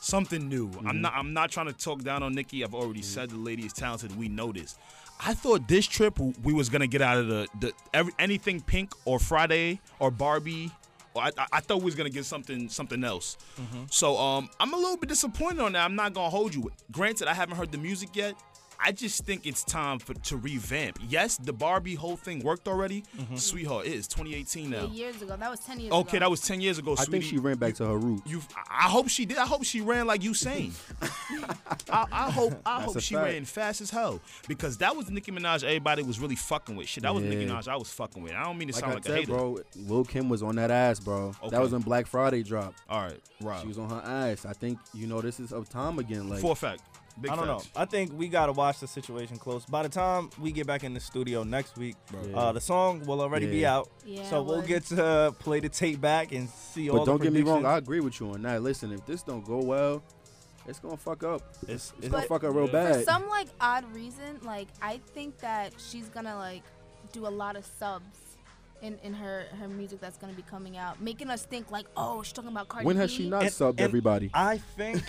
Speaker 1: Something new. I'm not I'm not trying to talk down on Nikki. I've already said the lady is talented. We know this. I thought this trip w- we was gonna get out of the, the every, anything pink or Friday or Barbie. Or I, I, I thought we was gonna get something something else. So um, I'm a little bit disappointed on that. I'm not gonna hold you. Granted, I haven't heard the music yet. I just think it's time for to revamp. Yes, the Barbie whole thing worked already. Sweetheart, it is 2018 now.
Speaker 3: Eight years ago. That was ten years.
Speaker 1: Okay,
Speaker 3: ago.
Speaker 1: that was 10 years ago.
Speaker 4: I think she ran back to her roots.
Speaker 1: You, I I hope she did. I hope she ran like Usain.
Speaker 6: I, I hope I
Speaker 4: That's
Speaker 6: hope
Speaker 4: a
Speaker 6: she
Speaker 4: fact.
Speaker 6: ran fast as hell because that was the Nicki Minaj everybody was really fucking with. Shit, that was Nicki
Speaker 4: Yeah.
Speaker 6: Minaj I was fucking with. I don't mean to
Speaker 4: Like
Speaker 6: sound
Speaker 4: I
Speaker 6: like a
Speaker 4: said,
Speaker 6: hater.
Speaker 4: bro, Lil Kim was on that ass, bro.
Speaker 6: Okay.
Speaker 4: That was in Black Friday drop.
Speaker 6: All right, right.
Speaker 4: She was on her ass. I think you know this is of time again. Like
Speaker 6: For a fact, big
Speaker 2: I don't know.
Speaker 6: facts.
Speaker 2: I think we gotta watch the situation close. By the time we get back in the studio next week,
Speaker 4: Right.
Speaker 2: uh, the song will already be
Speaker 4: Yeah.
Speaker 2: out.
Speaker 3: Yeah,
Speaker 2: so
Speaker 3: it
Speaker 2: we'll
Speaker 3: would.
Speaker 2: get to play the tape back and see all.
Speaker 4: But
Speaker 2: the
Speaker 4: don't get me wrong, I
Speaker 2: predictions.
Speaker 4: agree with you on that. Listen, if this don't go well, it's gonna fuck up.
Speaker 2: It's-
Speaker 4: It's
Speaker 2: it's-
Speaker 4: gonna
Speaker 3: But
Speaker 4: fuck up real
Speaker 3: For
Speaker 4: bad.
Speaker 3: some like odd reason, like I think that she's gonna like do a lot of subs in in her her music that's gonna be coming out, making us think like, oh, she's talking about Cardi
Speaker 4: when has
Speaker 3: B.
Speaker 4: she not
Speaker 2: And-
Speaker 4: subbed
Speaker 2: and
Speaker 4: everybody?
Speaker 2: I
Speaker 4: [laughs]
Speaker 2: think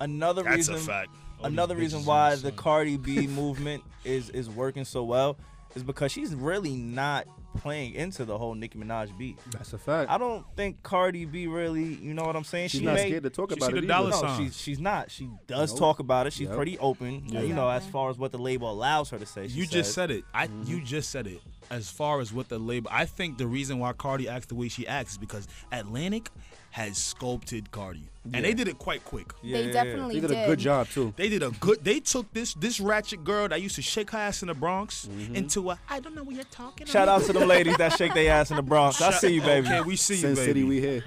Speaker 2: another
Speaker 6: That's
Speaker 2: reason
Speaker 6: a fact. All these
Speaker 2: another reason
Speaker 6: bitches
Speaker 2: why
Speaker 6: is
Speaker 2: the
Speaker 6: insane.
Speaker 2: Cardi
Speaker 4: [laughs]
Speaker 2: B movement is is working so well is because she's really not playing into the whole Nicki Minaj beat.
Speaker 4: That's a fact.
Speaker 2: I don't think Cardi B really, you know what I'm saying?
Speaker 4: She's
Speaker 2: she
Speaker 4: not
Speaker 2: may,
Speaker 4: scared to talk
Speaker 6: she
Speaker 4: about
Speaker 6: seen the
Speaker 4: it.
Speaker 1: Oh,
Speaker 6: dollar
Speaker 4: either.
Speaker 2: no,
Speaker 6: sign.
Speaker 2: she's she's not. She does
Speaker 4: Nope.
Speaker 2: talk about it. She's
Speaker 4: Yep.
Speaker 2: pretty open, you know, as
Speaker 3: Exactly.
Speaker 2: far as what the label allows her to say. she
Speaker 1: You just
Speaker 2: says.
Speaker 1: said it. I
Speaker 4: Mm-hmm.
Speaker 1: you just said it. As far as what the label, I think the reason why Cardi acts the way she acts is because Atlantic has sculpted Cardi, and they did it quite quick.
Speaker 3: They definitely
Speaker 4: They did a good job too.
Speaker 1: They did a good. They took this this ratchet girl that used to shake her ass in the Bronx into a. I don't know what you're talking
Speaker 2: Shout
Speaker 1: about.
Speaker 2: out to them ladies that shake their ass in the Bronx. I see you, baby.
Speaker 1: Okay, we see you,
Speaker 4: Sin
Speaker 1: baby.
Speaker 4: City,
Speaker 2: [laughs]
Speaker 4: we here.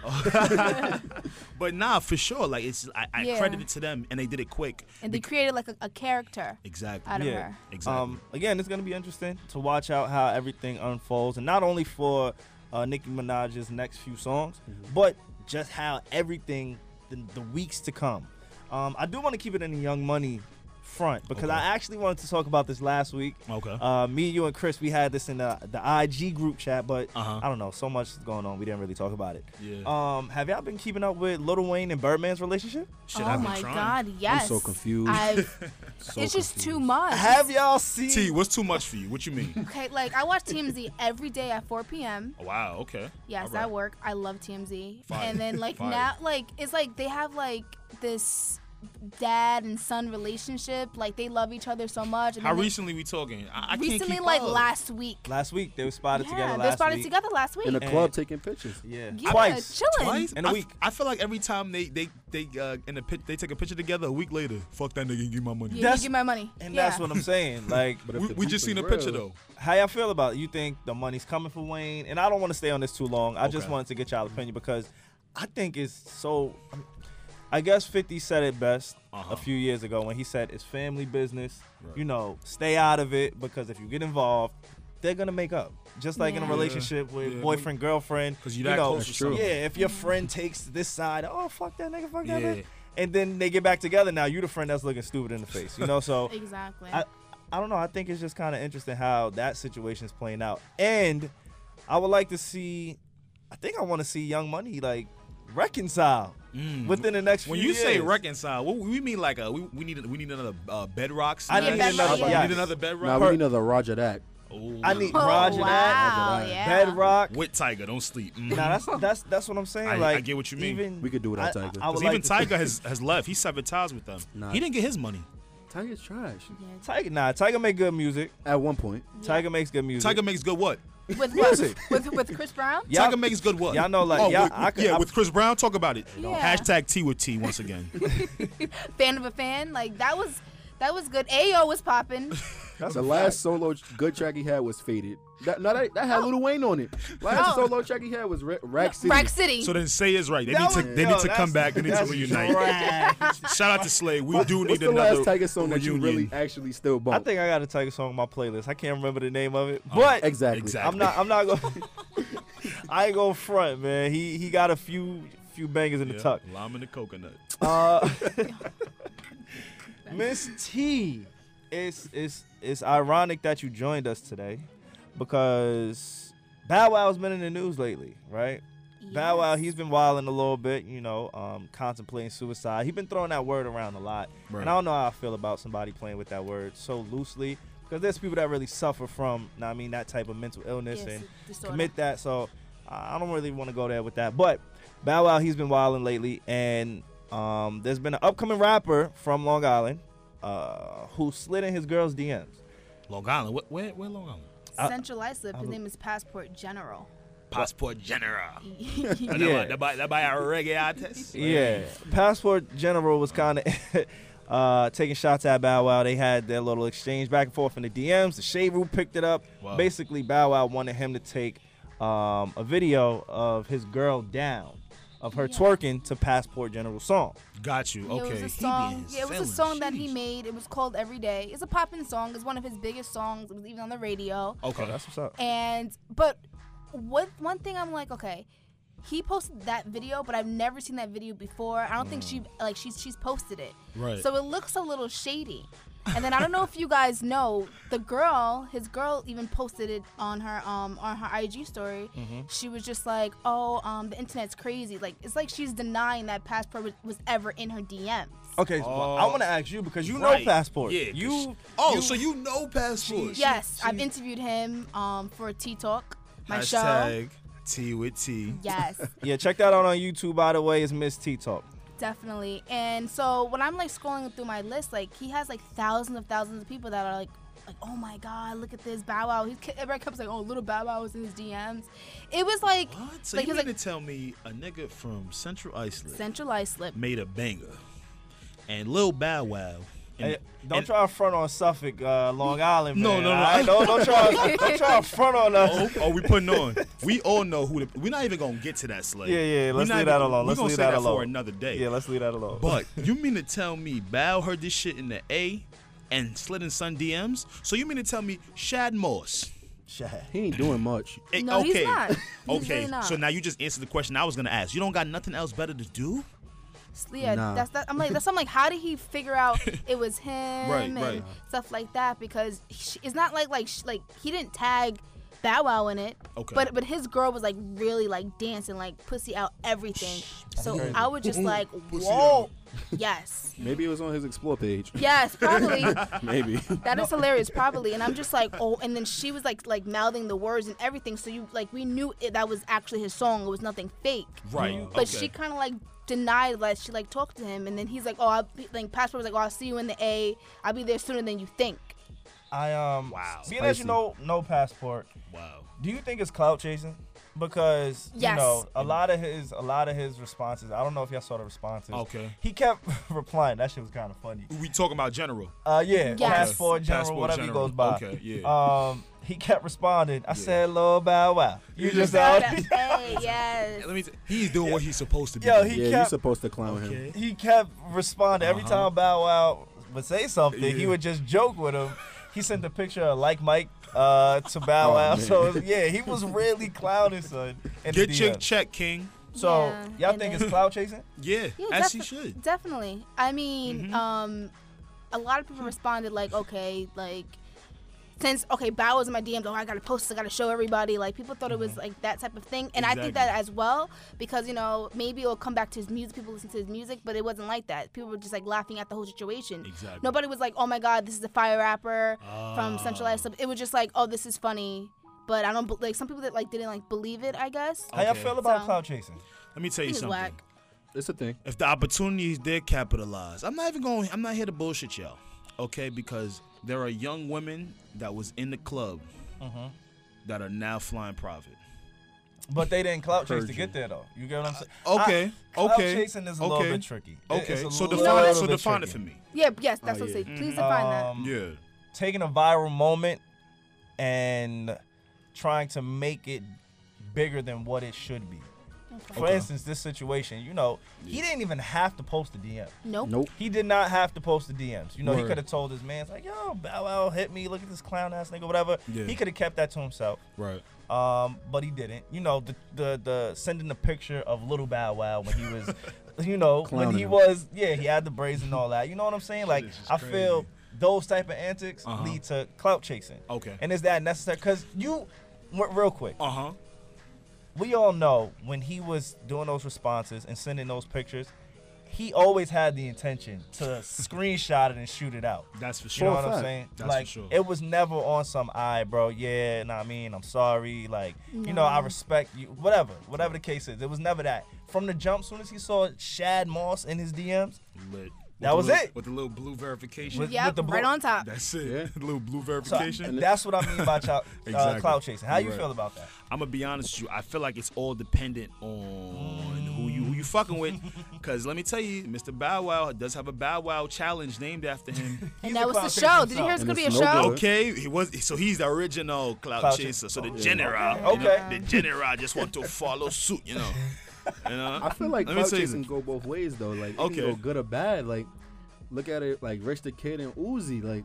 Speaker 1: but nah, for sure. Like it's, I, I
Speaker 3: Yeah.
Speaker 1: credit it to them, and they did it quick.
Speaker 3: And they created like a, a character
Speaker 1: Exactly.
Speaker 3: out of
Speaker 2: Yeah.
Speaker 3: her.
Speaker 1: Exactly.
Speaker 2: Um, again, it's gonna be interesting to watch out how everything unfolds, and not only for uh, Nicki Minaj's next few songs,
Speaker 1: Mm-hmm.
Speaker 2: but just how everything the, the weeks to come. Um, I do want to keep it in the Young Money front because I actually wanted to talk about this last week.
Speaker 1: okay.
Speaker 2: Uh, me, you, and Chris, we had this in the, the IG group chat, but
Speaker 1: Uh-huh.
Speaker 2: I don't know, so much is going on, we didn't really talk about it.
Speaker 1: Yeah.
Speaker 2: Um, have y'all been keeping up with Lil Wayne and Birdman's relationship?
Speaker 1: Shit,
Speaker 3: oh
Speaker 1: I've been
Speaker 3: my
Speaker 1: trying.
Speaker 3: God, yes.
Speaker 4: so confused.
Speaker 3: I've-
Speaker 1: [laughs]
Speaker 4: So
Speaker 3: it's just
Speaker 4: confused.
Speaker 3: too much.
Speaker 2: Have y'all seen?
Speaker 1: T, what's too much for you? What you
Speaker 3: [laughs]
Speaker 1: mean? Oh,
Speaker 3: okay, like I watch TMZ every day at 4 p.m.
Speaker 1: wow. Okay.
Speaker 3: Yes,
Speaker 1: All right.
Speaker 3: I work. I love TMZ.
Speaker 1: Fire.
Speaker 3: And then like
Speaker 1: Fire.
Speaker 3: now, like it's like they have like this dad and son relationship. Like they love each other so much. And
Speaker 1: How
Speaker 3: then they-
Speaker 1: recently we talking? I, I can't
Speaker 3: recently,
Speaker 1: keep
Speaker 3: like
Speaker 1: up.
Speaker 3: last week.
Speaker 2: Last week they were spotted
Speaker 3: yeah,
Speaker 2: together.
Speaker 3: they
Speaker 2: Last
Speaker 3: spotted
Speaker 2: week.
Speaker 3: together last week.
Speaker 4: in the
Speaker 2: And-
Speaker 4: club taking pictures.
Speaker 2: Yeah.
Speaker 3: yeah,
Speaker 2: Twice.
Speaker 3: chilling.
Speaker 1: Twice
Speaker 2: In a
Speaker 1: I-
Speaker 2: week.
Speaker 1: I, feel like every time they they they uh, in a pit, they take a picture together. A week later, fuck that nigga, give me my money.
Speaker 3: Yeah,
Speaker 2: That's-
Speaker 3: you get my money.
Speaker 2: And
Speaker 3: yeah.
Speaker 2: that's what
Speaker 1: [laughs]
Speaker 2: I'm saying. Like,
Speaker 4: But if
Speaker 1: We,
Speaker 4: the
Speaker 1: we
Speaker 4: beef
Speaker 1: just
Speaker 4: is
Speaker 1: seen a
Speaker 4: real,
Speaker 1: picture though.
Speaker 2: how y'all feel about it? You think the money's coming for Wayne? And I don't want to stay on this too long. I just
Speaker 1: Okay.
Speaker 2: wanted to get y'all opinion because I think it's so. I guess 50 said it best
Speaker 1: Uh-huh.
Speaker 2: a few years ago when he said it's family business. You know, stay out of it because if you get involved, they're gonna make up. Just like in a
Speaker 3: Yeah.
Speaker 2: relationship with
Speaker 1: Yeah.
Speaker 2: boyfriend, girlfriend.
Speaker 1: 'Cause you that
Speaker 2: know,
Speaker 1: close
Speaker 4: with someone.
Speaker 2: Yeah, if your friend takes this side, oh fuck that nigga, fuck
Speaker 1: Yeah.
Speaker 2: that nigga. And then they get back together. Now you the friend that's looking stupid in the face, you know. So
Speaker 3: [laughs] Exactly.
Speaker 2: I, I don't know. I think it's just kind of interesting how that situation is playing out. And I would like to see, I think I want to see Young Money like reconcile within the next
Speaker 1: Mm. When
Speaker 2: few
Speaker 1: you say
Speaker 2: years.
Speaker 1: reconcile, what we mean like uh we, we need we need another uh, bedrock.
Speaker 2: I
Speaker 1: smash?
Speaker 2: need
Speaker 3: Yeah,
Speaker 2: another,
Speaker 3: Bedrock,
Speaker 2: yes.
Speaker 1: We need another
Speaker 4: Nah,
Speaker 1: bedrock.
Speaker 4: we need another Roger that.
Speaker 1: Ooh.
Speaker 2: I need
Speaker 3: oh,
Speaker 2: Roger
Speaker 3: wow,
Speaker 2: that,
Speaker 3: yeah.
Speaker 2: Bedrock.
Speaker 1: with Tiger. Don't sleep. Mm.
Speaker 2: Nah, that's that's that's what I'm saying.
Speaker 1: I- I
Speaker 2: like,
Speaker 1: get what you mean.
Speaker 2: Even,
Speaker 4: We could do without
Speaker 2: I- I-
Speaker 4: Tiger.
Speaker 2: I would
Speaker 1: 'Cause
Speaker 2: like
Speaker 1: even
Speaker 2: to see-
Speaker 1: Tiger has, has left. He severed ties with them.
Speaker 4: Nah.
Speaker 1: He didn't get his money.
Speaker 4: Tiger's trash.
Speaker 3: Yeah.
Speaker 2: Tiger, nah, Tiger make good music.
Speaker 4: At one point,
Speaker 2: Tiger makes good music.
Speaker 1: Tiger makes good what?
Speaker 3: with
Speaker 2: Music.
Speaker 3: what? with with Chris Brown.
Speaker 2: Y'all-
Speaker 1: Tiger makes good what?
Speaker 2: y'all know, like,
Speaker 1: oh,
Speaker 2: y'all-
Speaker 1: with-
Speaker 2: I could-
Speaker 1: yeah,
Speaker 2: I-
Speaker 1: with Chris Brown, talk about it.
Speaker 3: Yeah.
Speaker 1: Hashtag T with T once again.
Speaker 3: Fan of a fan. Like that was that was good. Ayo was popping.
Speaker 2: [laughs] That's a
Speaker 4: the last solo good track he had was Faded. That, no, that, that had Lil Wayne on it. Last
Speaker 3: Oh.
Speaker 4: solo track he had was Ra- Rack City.
Speaker 3: Rack City.
Speaker 1: so then Say is right. They
Speaker 2: That
Speaker 1: need to
Speaker 2: was-
Speaker 1: they
Speaker 2: yo,
Speaker 1: need to
Speaker 2: that's-
Speaker 1: come back. They need to
Speaker 2: that's
Speaker 1: reunite.
Speaker 2: trash.
Speaker 1: Shout out to Slay. We do need
Speaker 4: What's the
Speaker 1: another
Speaker 4: last Tiger song that you
Speaker 1: reunion.
Speaker 4: really actually still bump?
Speaker 2: I think I got a Tiger song on my playlist. I can't remember the name of it, but
Speaker 4: exactly.
Speaker 1: Oh, Exactly.
Speaker 2: I'm not. I'm not
Speaker 1: [laughs]
Speaker 2: going. [laughs] I ain't going front, man. He he got a few few bangers in the
Speaker 1: Yeah,
Speaker 2: tuck.
Speaker 1: Lime and the coconut.
Speaker 2: Uh, Miss T, it's it's it's ironic that you joined us today because Bow Wow's been in the news lately, right? Bow Wow, he's been wilding a little bit, you know, um, contemplating suicide. He's been throwing that word around a lot, and I don't know how I feel about somebody playing with that word so loosely because there's people that really suffer from, know what I mean, that type of mental illness
Speaker 3: Yes,
Speaker 2: and
Speaker 3: disorder.
Speaker 2: commit that. So I I don't really want to go there with that. But Bow Wow, he's been wilding lately, and um, there's been an upcoming rapper from Long Island uh, who slid in his girl's DMs.
Speaker 1: Long Island. What, where, where Long Island?
Speaker 3: Centralized slip. His name is Passport General.
Speaker 1: Passport
Speaker 2: [laughs]
Speaker 1: General.
Speaker 3: yeah.
Speaker 1: That by, that by, that by a reggae artist.
Speaker 2: Yeah, Passport General was kind of [laughs] uh, taking shots at Bow Wow. They had their little exchange back and forth in the DMs. The Shade Room picked it up.
Speaker 1: Wow.
Speaker 2: Basically, Bow Wow wanted him to take um, a video of his girl down, of her
Speaker 3: Yeah.
Speaker 2: twerking to Passport General song.
Speaker 1: Got you.
Speaker 3: It was
Speaker 1: Okay.
Speaker 3: a song.
Speaker 7: his
Speaker 3: Yeah, it was a
Speaker 7: feelings,
Speaker 3: song that he
Speaker 7: jeez.
Speaker 3: made. It was called Every Day. It's a poppin' song. It's one of his biggest songs. It was even on the radio.
Speaker 1: Okay.
Speaker 2: Oh, That's what's up.
Speaker 3: And but what one thing I'm like, okay, he posted that video, but I've never seen that video before. I don't think she like she's she's posted it.
Speaker 1: Mm. Right.
Speaker 3: So it looks a little shady. And then I don't know if you guys know the girl, his girl even posted it on her um on her IG story.
Speaker 1: Mm-hmm.
Speaker 3: She was just like, "Oh, um the internet's crazy." Like it's like she's denying that passport was, was ever in her DMs.
Speaker 2: Okay, so I want to ask you because you know Passport.
Speaker 7: Yeah. 'cause
Speaker 2: you.
Speaker 1: Oh, so you know passport.
Speaker 3: yes, I've interviewed him um for a Tea Talk, my show.
Speaker 1: Hashtag T with T. [laughs]
Speaker 3: Yes.
Speaker 2: Yeah, check that out on YouTube. By the way, it's Miss T Talk.
Speaker 3: Definitely. And so when I'm like scrolling through my list, like he has like thousands of thousands of people that are like, like oh my god, look at this Bow Wow. He's [laughs] everybody comes like, oh little Bow Wow was in his DMs. It was like
Speaker 1: What? So
Speaker 3: like
Speaker 1: you
Speaker 3: he's
Speaker 1: mean
Speaker 3: like
Speaker 1: to tell me a nigga from Central Iceland
Speaker 3: centralized slip.
Speaker 1: made a banger, and Lil Bow Wow. And,
Speaker 2: Hey, don't
Speaker 1: and-
Speaker 2: try to front on Suffolk, uh, Long Island.
Speaker 1: No,
Speaker 2: man,
Speaker 1: no, no.
Speaker 2: alright? Don't, don't try. Don't try to front on us.
Speaker 1: Oh, oh, we putting on. We all know who. The, we're not even gonna get to that slave.
Speaker 2: Yeah, yeah, let's leave that alone.
Speaker 1: We're
Speaker 2: Let's
Speaker 1: gonna
Speaker 2: leave
Speaker 1: say
Speaker 2: that
Speaker 1: that
Speaker 2: alone.
Speaker 1: for another day.
Speaker 2: Yeah, let's leave that alone. [laughs]
Speaker 1: But you mean to tell me Bow heard this shit in the A and slid in Sun DMs? So you mean to tell me Shad Moss?
Speaker 2: Shad.
Speaker 4: He ain't doing much.
Speaker 1: Eh,
Speaker 3: No,
Speaker 1: okay.
Speaker 3: he's not. He's
Speaker 1: [laughs] okay.
Speaker 3: really not.
Speaker 1: So now you just answered the question I was gonna ask. You don't got nothing else better to do?
Speaker 3: Yeah,
Speaker 4: Nah.
Speaker 3: that's that. I'm like, that's I'm like, how did he
Speaker 1: [laughs]
Speaker 3: figure out it was him and
Speaker 1: right.
Speaker 3: stuff like that? Because sh it's not like like sh- like he didn't tag Bow Wow in it.
Speaker 1: Okay.
Speaker 3: But but his girl was like really like dancing like pussy out everything. So I was just like, whoa, yes,
Speaker 4: Maybe it was on his explore page.
Speaker 3: yes, probably.
Speaker 4: [laughs]
Speaker 1: [laughs]
Speaker 4: Maybe.
Speaker 3: That is hilarious, probably. And I'm just like, oh. And then she was like, like mouthing the words and everything. So you like, we knew it, that was actually his song. It was nothing fake.
Speaker 1: Right.
Speaker 3: But she kind of like denied that she like talked to him, and then he's like, oh, I'll be, like passport was like, oh, I'll see you in the A. I'll be there sooner than you think.
Speaker 2: I um.
Speaker 1: Wow.
Speaker 2: Being that you
Speaker 4: Spicy.
Speaker 2: know no passport,
Speaker 1: Wow.
Speaker 2: do you think it's clout chasing? Because
Speaker 3: Yes.
Speaker 2: you know a lot of his a lot of his responses. I don't know if y'all saw the responses.
Speaker 1: Okay.
Speaker 2: He kept [laughs] replying. That shit was kind of funny.
Speaker 1: We talking about general.
Speaker 2: Uh, yeah.
Speaker 3: Yes.
Speaker 2: Passport
Speaker 1: Okay.
Speaker 2: general,
Speaker 1: Passport
Speaker 2: whatever
Speaker 1: General.
Speaker 2: he goes by.
Speaker 1: Okay, yeah.
Speaker 2: Um, he kept responding. I said, "Lil Bow Wow." You just out. [laughs]
Speaker 3: Hey, yes.
Speaker 1: Let me. T- he's doing what he's supposed to be.
Speaker 2: Yo,
Speaker 1: doing.
Speaker 2: he
Speaker 4: yeah, you're
Speaker 2: kept
Speaker 4: supposed to clown him.
Speaker 1: Okay.
Speaker 2: [laughs] he kept responding every
Speaker 1: Uh-huh.
Speaker 2: time Bow Wow would say something. He
Speaker 1: Yeah.
Speaker 2: would just joke with him. He sent a picture of like Mike uh,
Speaker 1: [laughs]
Speaker 2: to Bow
Speaker 4: Oh,
Speaker 2: Wow.
Speaker 4: man.
Speaker 2: so it was- yeah, he was really clowning son. in the
Speaker 1: Get your
Speaker 2: DM.
Speaker 1: check, King.
Speaker 2: so
Speaker 3: Yeah,
Speaker 2: y'all
Speaker 3: and
Speaker 2: think
Speaker 3: then-
Speaker 2: it's cloud chasing?
Speaker 1: Yeah,
Speaker 3: Yeah,
Speaker 1: as he
Speaker 3: defi-
Speaker 1: should.
Speaker 3: Definitely. I mean,
Speaker 4: Mm-hmm.
Speaker 3: um, a lot of
Speaker 4: Hmm.
Speaker 3: people responded like, okay, like since okay, Bow was in my DMs. Oh, I gotta post. this, I gotta show everybody. Like people thought it was like that type of thing, and I think
Speaker 1: Mm-hmm. Exactly.
Speaker 3: that as well because you know maybe it'll come back to his music. People listen to his music, but it wasn't like that. People were just like laughing at the whole situation.
Speaker 1: Exactly. Ah.
Speaker 3: Nobody was like, oh my god, this is a fire rapper from Centralized. Sub-" It was just like, oh, this is funny. But I don't be- like some people that like didn't like believe it. I guess.
Speaker 2: How y'all
Speaker 1: Okay.
Speaker 2: feel about
Speaker 3: So-
Speaker 2: cloud chasing?
Speaker 1: Let me tell you
Speaker 3: He's
Speaker 1: something.
Speaker 3: whack.
Speaker 4: It's a thing.
Speaker 1: If the opportunity is there, capitalize. I'm not even going. I'm not here to bullshit y'all. Okay, because there are young women that was in the club Uh-huh. that are now flying private.
Speaker 2: But they didn't cloud chase
Speaker 4: Heard
Speaker 2: to
Speaker 4: you.
Speaker 2: get there though. You get what I'm saying?
Speaker 1: Uh, Okay,
Speaker 2: I, clout
Speaker 1: okay,
Speaker 2: chasing is a
Speaker 1: okay,
Speaker 2: little bit tricky. It-
Speaker 1: Okay,
Speaker 2: it's a
Speaker 1: so
Speaker 2: little
Speaker 1: define
Speaker 2: bit
Speaker 1: so define it for
Speaker 2: tricky.
Speaker 1: me.
Speaker 3: Yeah. Yes. That's
Speaker 4: Oh,
Speaker 3: what
Speaker 4: yeah.
Speaker 3: I'm saying. Please define that.
Speaker 2: Um,
Speaker 1: Yeah,
Speaker 2: taking a viral moment and trying to make it bigger than what it should be. For
Speaker 1: Okay.
Speaker 2: instance, this situation, you know, he didn't even have to post the DM.
Speaker 3: Nope.
Speaker 4: Nope.
Speaker 2: He did not have to post the DMs. You know, he
Speaker 1: Word.
Speaker 2: could have told his man's like, "Yo, Bow Wow hit me. Look at this clown ass nigga, whatever."
Speaker 1: Yeah.
Speaker 2: He could have kept that to himself,
Speaker 1: right.
Speaker 2: um, but he didn't. You know, the the, the sending a picture of little Bow Wow when he
Speaker 1: [laughs]
Speaker 2: was, you know, when
Speaker 4: Clowning
Speaker 2: he
Speaker 4: him.
Speaker 2: was, yeah, he had the braids and all that. You know what I'm saying? Like,
Speaker 1: is
Speaker 2: I
Speaker 1: crazy.
Speaker 2: feel those type of antics
Speaker 1: Uh-huh.
Speaker 2: lead to clout chasing.
Speaker 1: Okay.
Speaker 2: and is that necessary? Cause you, w- real quick,
Speaker 1: Uh huh.
Speaker 2: we all know when he was doing those responses and sending those pictures, he always had the intention to screenshot it and shoot it out.
Speaker 1: That's for
Speaker 2: You
Speaker 1: sure.
Speaker 2: know what I'm
Speaker 4: fact.
Speaker 2: saying?
Speaker 1: That's
Speaker 2: like
Speaker 1: for sure.
Speaker 2: it was never on some I, bro. Yeah, nah, I mean, I'm sorry. Like you know, I
Speaker 3: No.
Speaker 2: respect you. Whatever, whatever the case is, it was never that. From the jump, soon as he saw Shad Moss in his DMs,
Speaker 1: Lit. With
Speaker 2: That
Speaker 1: the
Speaker 2: was
Speaker 1: little-
Speaker 2: it.
Speaker 1: with the little blue verification.
Speaker 2: With-
Speaker 3: Yep.
Speaker 2: the
Speaker 3: right
Speaker 2: blo-
Speaker 3: on top.
Speaker 1: That's it. [laughs]
Speaker 4: Yeah.
Speaker 1: little blue
Speaker 2: so
Speaker 1: verification.
Speaker 2: that's what I mean
Speaker 1: [laughs]
Speaker 2: by child, uh,
Speaker 1: Exactly.
Speaker 2: cloud chasing. How you
Speaker 1: Right.
Speaker 2: feel about that?
Speaker 1: I'm gonna be honest with you. I feel like it's all dependent on who you who you you fucking
Speaker 2: [laughs]
Speaker 1: with. Because let me tell you, Mr. Bow Wow does have a Bow Wow challenge named after him.
Speaker 2: He's
Speaker 3: And
Speaker 2: a
Speaker 3: that was
Speaker 2: clown
Speaker 3: the
Speaker 2: chaser
Speaker 3: show. Did you hear
Speaker 2: himself.
Speaker 3: it's
Speaker 4: And
Speaker 3: gonna be a
Speaker 4: it's no
Speaker 3: show?
Speaker 4: good.
Speaker 1: Okay, he was so he's the original cloud,
Speaker 2: Cloud
Speaker 1: chaser. So the
Speaker 2: chaser.
Speaker 1: general,
Speaker 2: Okay.
Speaker 1: you know,
Speaker 2: Okay.
Speaker 1: the general just want to follow suit, you know. You know?
Speaker 4: I feel like
Speaker 1: Let me
Speaker 4: clout
Speaker 1: tell you
Speaker 4: chasing go both ways though. Like it
Speaker 1: Okay.
Speaker 4: can go good or bad. Like look at it like Rich the Kid and Uzi. Like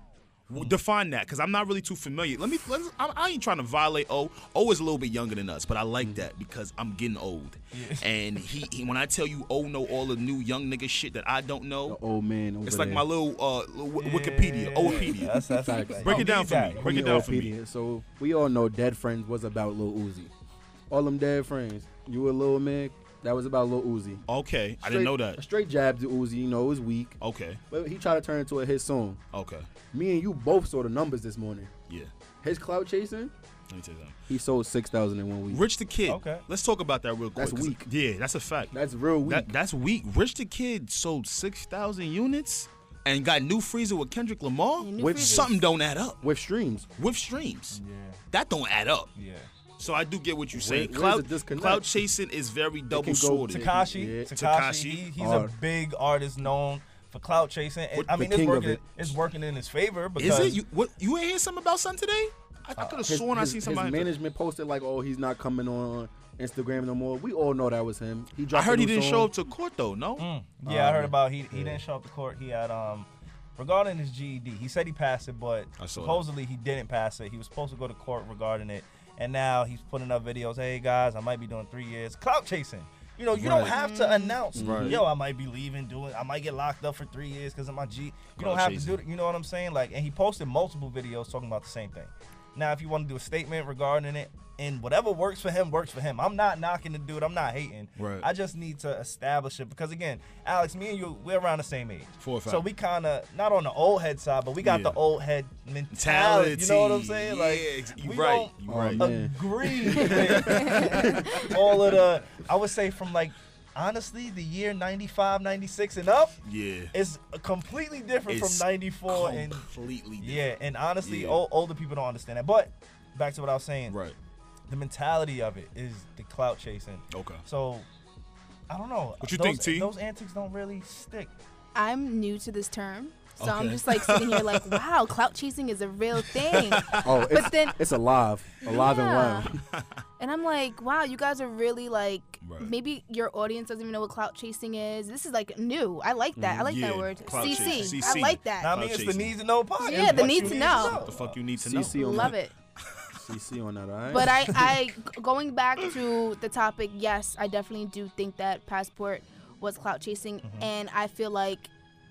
Speaker 1: W- Define that, because I'm not really too familiar. Let me. Let's, I, I ain't trying to violate O. O is a little bit younger than us, but I like that because I'm getting old. And he, he, when I tell you O know all the new young nigga shit that I don't know,
Speaker 4: the old man over
Speaker 1: it's like
Speaker 4: there.
Speaker 1: my little uh, little Wi- Wikipedia, Opedia.
Speaker 2: That's, that's
Speaker 4: Facts.
Speaker 1: Break it
Speaker 2: need
Speaker 1: down for
Speaker 2: that.
Speaker 1: me. Break it
Speaker 4: Homie
Speaker 1: down for me.
Speaker 4: Ophelia. So we all know Dead Friends was about Lil Uzi. All them Dead Friends. You were Lil Mick. That was about Lil Uzi.
Speaker 1: Okay, I didn't know
Speaker 4: Straight- a
Speaker 1: that.
Speaker 4: Straight jab to Uzi. You know it was weak,
Speaker 1: Okay,
Speaker 4: but he tried to turn it into a hit song.
Speaker 1: okay,
Speaker 4: Me and you both saw the numbers this morning.
Speaker 1: yeah.
Speaker 4: His clout chasing,
Speaker 1: Let me tell you something.
Speaker 4: he sold six thousand in one week.
Speaker 1: Rich the Kid.
Speaker 2: Okay.
Speaker 1: Let's talk about that real quick.
Speaker 4: That's
Speaker 1: 'cause-
Speaker 4: weak.
Speaker 1: Yeah, that's a fact.
Speaker 4: That's real weak.
Speaker 1: That, that's weak. Rich the Kid sold 6,000 units and got new freezer with Kendrick Lamar.
Speaker 3: Yeah, new
Speaker 4: With
Speaker 3: freezers.
Speaker 1: Something don't add up
Speaker 4: With streams,
Speaker 1: with streams.
Speaker 2: Yeah,
Speaker 1: That don't add up.
Speaker 2: yeah.
Speaker 1: So I do get what you're saying.
Speaker 4: where's
Speaker 1: Cloud,
Speaker 4: the disconnect?
Speaker 1: cloud chasing is very double
Speaker 4: to
Speaker 1: sworded.
Speaker 4: con-
Speaker 2: Takashi,
Speaker 4: Yeah.
Speaker 2: Takashi,
Speaker 1: Tekashi.
Speaker 2: he, he's
Speaker 4: Hard.
Speaker 2: a big artist known for clout chasing. And, I
Speaker 4: the
Speaker 2: mean, it's
Speaker 4: king of
Speaker 2: working,
Speaker 4: it.
Speaker 2: it's working in his favor
Speaker 1: Is
Speaker 2: because
Speaker 1: it? You, what, you ain't hear something about something today? I, I could have
Speaker 4: Uh, his,
Speaker 1: sworn I
Speaker 4: his-
Speaker 1: seen
Speaker 4: his
Speaker 1: somebody.
Speaker 4: management posted like, "Oh, he's not coming on Instagram no more." We all know that was him. He
Speaker 1: I
Speaker 4: dropped.
Speaker 1: heard
Speaker 4: a
Speaker 1: he
Speaker 4: new
Speaker 1: didn't
Speaker 4: song.
Speaker 1: show up to court though. No.
Speaker 2: Mm, yeah, I heard
Speaker 4: Um,
Speaker 2: about he he didn't show up to court. He had um regarding his GED, he said he passed it, but
Speaker 1: I saw that.
Speaker 2: supposedly he didn't pass it. He was supposed to go to court regarding it, and now he's putting up videos. Hey guys, I might be doing three years clout chasing. You know, you don't
Speaker 4: Right.
Speaker 2: have to announce.
Speaker 1: Right.
Speaker 2: Yo, I might be leaving, doing. I might get locked up for three years because of my G. E You
Speaker 1: Clout
Speaker 2: don't have
Speaker 1: chasing.
Speaker 2: to do it. You know what I'm saying? Like, and he posted multiple videos talking about the same thing. Now, if you want to do a statement regarding it, and whatever works for him works for him. I'm not knocking the dude. I'm not hating.
Speaker 1: Right.
Speaker 2: I just need to establish it because again, Alex, me and you, we're around the same age.
Speaker 1: Four or five.
Speaker 2: So we kind of not on the old head side, but we got
Speaker 1: Yeah.
Speaker 2: the old head mentality.
Speaker 1: Mentality.
Speaker 2: You know what I'm saying?
Speaker 1: Yeah,
Speaker 2: like
Speaker 1: ex- you
Speaker 2: we
Speaker 1: right.
Speaker 2: don't
Speaker 1: You
Speaker 4: Oh,
Speaker 1: right.
Speaker 4: man.
Speaker 2: agree with all of the. I would say from like honestly the year 95, 96 and up
Speaker 1: yeah.
Speaker 2: is completely different
Speaker 1: It's
Speaker 2: from 94 and
Speaker 1: completely different.
Speaker 2: yeah, and honestly,
Speaker 1: Yeah.
Speaker 2: ol older people don't understand that. But back to what I was saying,
Speaker 1: Right.
Speaker 2: the mentality of it is the clout chasing.
Speaker 1: Okay.
Speaker 2: So I don't know.
Speaker 1: What you
Speaker 2: those,
Speaker 1: think, T?
Speaker 2: Those antics don't really stick.
Speaker 3: I'm new to this term. So I'm
Speaker 1: Okay.
Speaker 3: just like sitting here like, wow, clout chasing is a real thing.
Speaker 4: Oh, it's,
Speaker 3: then-
Speaker 4: it's alive, alive and
Speaker 3: Yeah.
Speaker 4: well.
Speaker 3: and I'm like, wow, you guys are really like
Speaker 1: Right.
Speaker 3: maybe your audience doesn't even know what clout chasing is. This is like new. I like that. I like
Speaker 1: Yeah,
Speaker 3: that word.
Speaker 1: clout
Speaker 3: CC.
Speaker 1: chasing.
Speaker 3: I
Speaker 1: CC.
Speaker 3: like that.
Speaker 2: Now, I
Speaker 1: Clout
Speaker 2: mean, it's the
Speaker 1: chasing.
Speaker 2: need to know podcast.
Speaker 3: Yeah, the
Speaker 2: What
Speaker 3: need
Speaker 2: you
Speaker 3: to know.
Speaker 1: the fuck you need to know?
Speaker 4: CC on
Speaker 3: Love
Speaker 4: that.
Speaker 3: it.
Speaker 4: CC on that. All right. [laughs]
Speaker 3: But I, I g- going back to the topic, yes, I definitely do think that Passport was clout chasing,
Speaker 4: Mm-hmm.
Speaker 3: and I feel like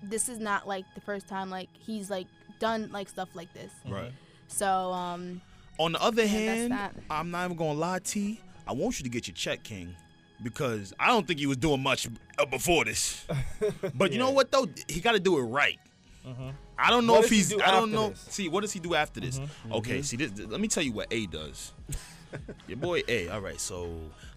Speaker 3: this is not like the first time like he's like done like stuff like this.
Speaker 1: Right.
Speaker 3: So um,
Speaker 1: On the other
Speaker 3: Yeah, that's
Speaker 1: hand,
Speaker 3: that.
Speaker 1: I'm not even gonna lie to you. I want you to get your check, King, because I don't think he was doing much uh, before
Speaker 2: [laughs]
Speaker 1: this. But you know what though? He got to do it right. I don't know
Speaker 2: Mm-hmm. What
Speaker 1: if
Speaker 2: does he
Speaker 1: he's.
Speaker 2: do
Speaker 1: I don't
Speaker 2: after
Speaker 1: know.
Speaker 2: this? Mm-hmm.
Speaker 1: See, what does he do after this? Okay, see, this, let me tell you what A
Speaker 2: [laughs]
Speaker 1: does. Your boy A. All right, so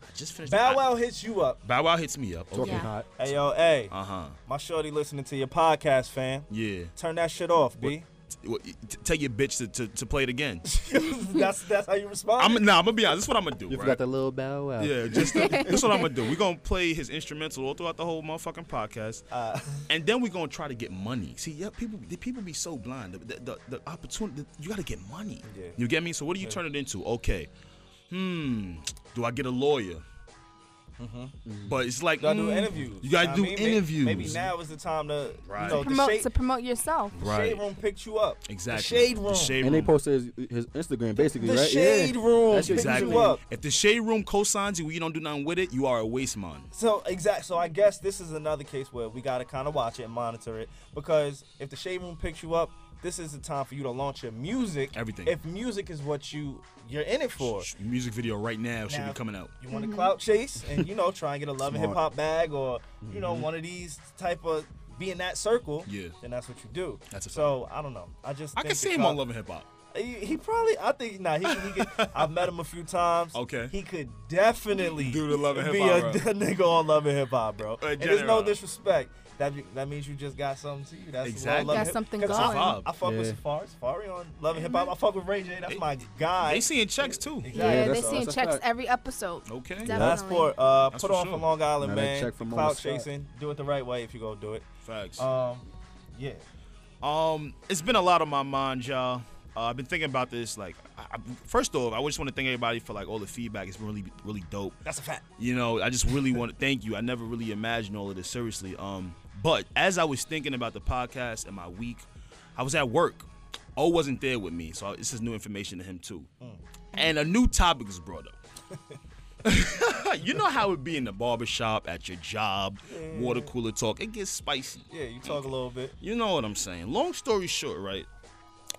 Speaker 1: I just finished.
Speaker 2: Bow Wow hits you up.
Speaker 1: Bow Wow hits me up.
Speaker 4: Talking
Speaker 1: Okay.
Speaker 3: Yeah.
Speaker 4: hot.
Speaker 2: Hey yo, hey,
Speaker 1: Uh huh.
Speaker 2: my shorty listening to your podcast, fam.
Speaker 1: Yeah.
Speaker 2: Turn that shit off, B.
Speaker 1: Well, t- tell your bitch to, to, to play it
Speaker 2: [laughs]
Speaker 1: again.
Speaker 2: that's that's how you respond.
Speaker 1: I'm nah. I'm gonna be honest. This is what I'm gonna do.
Speaker 4: You
Speaker 1: right?
Speaker 4: forgot the little bow wow.
Speaker 1: Yeah, just
Speaker 2: [laughs]
Speaker 1: that's what I'm gonna do. We're gonna play his instrumental all throughout the whole motherfucking podcast,
Speaker 2: Uh, [laughs]
Speaker 1: and then we're gonna try to get money. See, yeah, people, the people be so blind. The the, the, the opportunity, you gotta get money.
Speaker 2: Yeah.
Speaker 1: You get me? So what do you turn it into? Okay, hmm, do I get a lawyer? But it's like
Speaker 2: Mm-hmm. you gotta do
Speaker 1: mm,
Speaker 2: interviews.
Speaker 1: You gotta
Speaker 2: I
Speaker 1: do
Speaker 2: mean, may-
Speaker 1: interviews.
Speaker 2: Maybe now is the time to
Speaker 1: Right.
Speaker 2: you know, the
Speaker 3: promote
Speaker 2: shade,
Speaker 3: to promote yourself.
Speaker 2: the shade
Speaker 1: Right.
Speaker 2: room picked you up.
Speaker 1: Exactly.
Speaker 2: The shade room.
Speaker 1: The shade
Speaker 4: And they
Speaker 1: room.
Speaker 4: posted his, his Instagram basically,
Speaker 2: The
Speaker 4: right?
Speaker 2: shade
Speaker 4: yeah.
Speaker 2: room
Speaker 4: That's
Speaker 2: picked
Speaker 1: Exactly.
Speaker 2: you up.
Speaker 1: If the shade room cosigns you, you don't do nothing with it. You are a waste man.
Speaker 2: So exact. So I guess this is another case where we gotta kind of watch it and monitor it because if the shade room picks you up, this is the time for you to launch your music.
Speaker 1: Everything.
Speaker 2: If music is what you you're in it for.
Speaker 1: Sh- Music video right now should
Speaker 2: Now,
Speaker 1: be coming out.
Speaker 2: You want
Speaker 3: Mm-hmm.
Speaker 2: to clout chase and you know try and get a love and hip
Speaker 4: Smart.
Speaker 2: hop bag or you know one of these type of be in that circle.
Speaker 1: Mm-hmm. Yeah.
Speaker 2: Then that's what you do.
Speaker 1: That's a
Speaker 2: so I don't know. I just
Speaker 1: I
Speaker 2: think
Speaker 1: can
Speaker 2: the
Speaker 1: see him
Speaker 2: clout-
Speaker 1: on Love and Hip Hop.
Speaker 2: He, he probably. I think nah. He, he could.
Speaker 1: [laughs]
Speaker 2: I've met him a few times.
Speaker 1: Okay.
Speaker 2: He could definitely
Speaker 1: Do the Love and Hip
Speaker 2: be
Speaker 1: Hop,
Speaker 2: a
Speaker 1: bro.
Speaker 2: [laughs] nigga on Love and Hip Hop, bro.
Speaker 1: Uh,
Speaker 2: and there's no
Speaker 1: general.
Speaker 2: disrespect. that be- that means you just got something to you. That's
Speaker 1: Exactly.
Speaker 2: Love
Speaker 3: Got
Speaker 2: Hip-
Speaker 3: something
Speaker 2: 'cause
Speaker 3: going. Mm-hmm.
Speaker 2: I, I fuck with
Speaker 4: Yeah.
Speaker 2: Safari. Safari on Love and Hip Hop. I fuck with Ray J. That's my guy.
Speaker 1: They seeing checks too.
Speaker 2: Exactly.
Speaker 3: Yeah, they
Speaker 4: that's a-
Speaker 3: seeing
Speaker 4: that's a
Speaker 3: checks
Speaker 4: fact.
Speaker 3: every episode.
Speaker 1: Okay.
Speaker 3: That-
Speaker 2: Last
Speaker 3: Definitely.
Speaker 2: sport, uh,
Speaker 1: That's
Speaker 2: put
Speaker 1: for
Speaker 2: on
Speaker 1: sure.
Speaker 2: from Long Island,
Speaker 4: Now that
Speaker 2: man.
Speaker 4: check from
Speaker 2: Cloud
Speaker 4: Mama Scott.
Speaker 2: chasing. Do it the right way if you go do it.
Speaker 1: Facts.
Speaker 2: Um, yeah.
Speaker 1: Um, it's been a lot on my mind, y'all. Uh, I've been thinking about this. Like, I, I, first off, I just want to thank everybody for like all the feedback. It's been really, really dope.
Speaker 2: That's a fact.
Speaker 1: You know, I just really want to thank you. I never really imagined all of this seriously. Um, but as I was thinking about the podcast and my week, I was at work. O wasn't there with me, so this is new information to him too. And a new topic was brought up. [laughs] you know how it be in the barbershop, at your job, water cooler talk. It gets spicy.
Speaker 2: Yeah, you talk a little bit.
Speaker 1: You know what I'm saying. Long story short, right?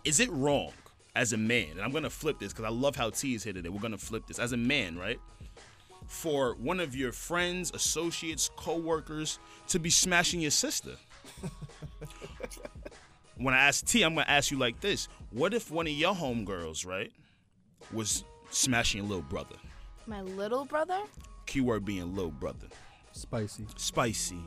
Speaker 1: Is it wrong as a man? And I'm gonna flip this because I love how T is here today. We're gonna flip this as a man, right? For one of your friends, associates, co-workers to be smashing your sister. [laughs] when I ask T, I'm gonna ask you like this: What if one of your homegirls, right, was smashing your little brother?
Speaker 3: My little brother.
Speaker 1: Keyword being little brother.
Speaker 4: Spicy.
Speaker 1: Spicy.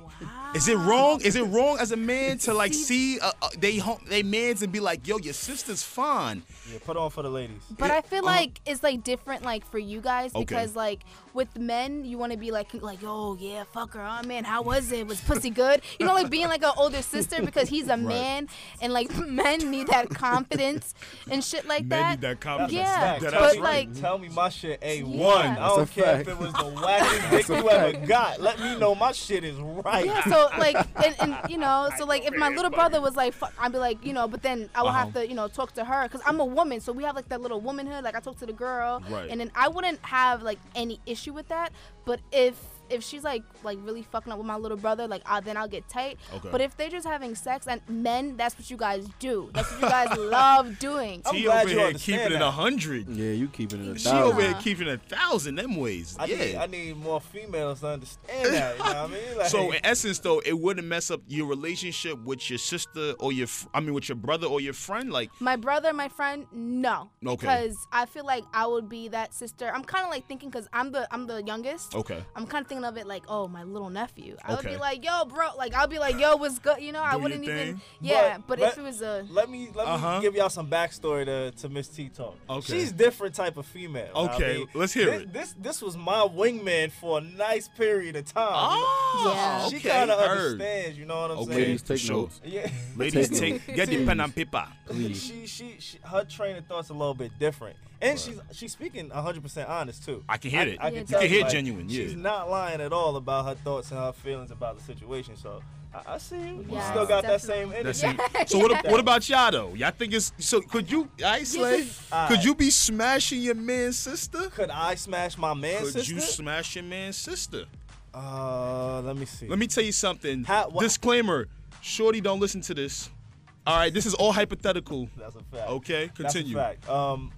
Speaker 1: Is it wrong? Is it wrong as a man to like see uh, uh, they hom- they mans and be like, yo, your sister's fine.
Speaker 2: Yeah, put on for the ladies.
Speaker 3: But
Speaker 1: Yeah,
Speaker 3: I feel like it's like different, like for you guys,
Speaker 1: Okay.
Speaker 3: because like with men, you want to be like, like, oh yeah, fuck her, oh man, how was it? Was pussy good? You know, like being like an older sister because he's a man, and like [laughs] men need that confidence and shit like that.
Speaker 1: comment.
Speaker 3: Yeah,
Speaker 2: Fact.
Speaker 3: but
Speaker 2: Tell me-
Speaker 3: like-
Speaker 2: tell me my shit a one.
Speaker 3: Yeah.
Speaker 2: I don't
Speaker 4: That's a
Speaker 2: care if
Speaker 4: fact.
Speaker 2: it was the
Speaker 4: [laughs]
Speaker 2: wackest dick you ever got. Let me know my shit is right.
Speaker 3: Yeah, so like, and, and you know, so like, if my little brother was like, fuck, I'd be like, you know, but then I would have to, you know, talk to her because I'm a woman, so we have like that little womanhood. Like I talk to the girl,
Speaker 1: Right.
Speaker 3: and then I wouldn't have like any issue with that. But if if she's like like really fucking up with my little brother, like I, then I'll get tight.
Speaker 1: Okay.
Speaker 3: But if they're just having sex and men, that's what you guys do. That's what you guys love doing.
Speaker 2: I'm
Speaker 1: She
Speaker 2: glad
Speaker 1: over
Speaker 2: you
Speaker 1: here
Speaker 2: understand
Speaker 1: keeping it
Speaker 2: that.
Speaker 1: a hundred.
Speaker 4: Yeah, you keeping it a
Speaker 1: She over
Speaker 4: thousand.
Speaker 1: here keeping it a thousand them ways.
Speaker 2: I
Speaker 1: yeah.
Speaker 2: need I need more females to understand that. You know what I mean? Like,
Speaker 1: so in essence, though, it wouldn't mess up your relationship with your sister or your, fr- I mean, with your brother or your friend. Like,
Speaker 3: My brother, my friend, no.
Speaker 1: Okay.
Speaker 3: Because I feel like I would be that sister. I'm kind of like thinking because I'm the I'm the youngest.
Speaker 1: okay,
Speaker 3: I'm kind of thinking of it like, oh, my little nephew. I would
Speaker 1: Okay.
Speaker 3: be like, yo, bro. Like, I'll be like, yo, what's good? You know, I
Speaker 1: Do your
Speaker 3: wouldn't even.
Speaker 1: thing.
Speaker 3: Yeah,
Speaker 2: But
Speaker 3: but,
Speaker 2: let-
Speaker 3: if it was a.
Speaker 2: let me let me
Speaker 1: Uh-huh.
Speaker 2: give y'all some backstory to, to Miss T Talk.
Speaker 1: Okay.
Speaker 2: She's different type of female. know what I
Speaker 1: Okay,
Speaker 2: mean?
Speaker 1: let's hear
Speaker 2: This-
Speaker 1: it.
Speaker 2: This this was my wingman for a nice period of time.
Speaker 1: Oh,
Speaker 3: Yeah.
Speaker 2: She
Speaker 1: okay,
Speaker 2: kind of
Speaker 1: heard.
Speaker 2: understands, you know what I'm
Speaker 1: Okay.
Speaker 2: saying?
Speaker 4: Ladies, take
Speaker 1: Sure.
Speaker 4: notes.
Speaker 2: Yeah. [laughs]
Speaker 1: Ladies,
Speaker 4: Take
Speaker 1: take get the pen and paper.
Speaker 4: Please.
Speaker 2: she, she she her train of thought's a little bit different, and she's she's speaking 100 percent honest too.
Speaker 1: I can hear it.
Speaker 3: You
Speaker 2: tell
Speaker 3: can
Speaker 1: hear genuine, yeah.
Speaker 2: she's not lying at all about her thoughts and her feelings about the situation. So I, I see you. you
Speaker 3: Yes,
Speaker 2: still got that
Speaker 3: definitely.
Speaker 2: same energy.
Speaker 1: That's it. So what, ab- what about y'all though? Y'all think it's so? Could you, I slay? Could you be smashing your man's sister?
Speaker 2: Could I smash my man
Speaker 1: Could
Speaker 2: sister?
Speaker 1: you smash your man's sister?
Speaker 2: uh, let me see.
Speaker 1: Let me tell you something.
Speaker 2: How- wha-
Speaker 1: Disclaimer: Shorty, don't listen to this. All right, this is all hypothetical.
Speaker 2: That's a fact.
Speaker 1: Okay, continue.
Speaker 2: That's a fact. Um,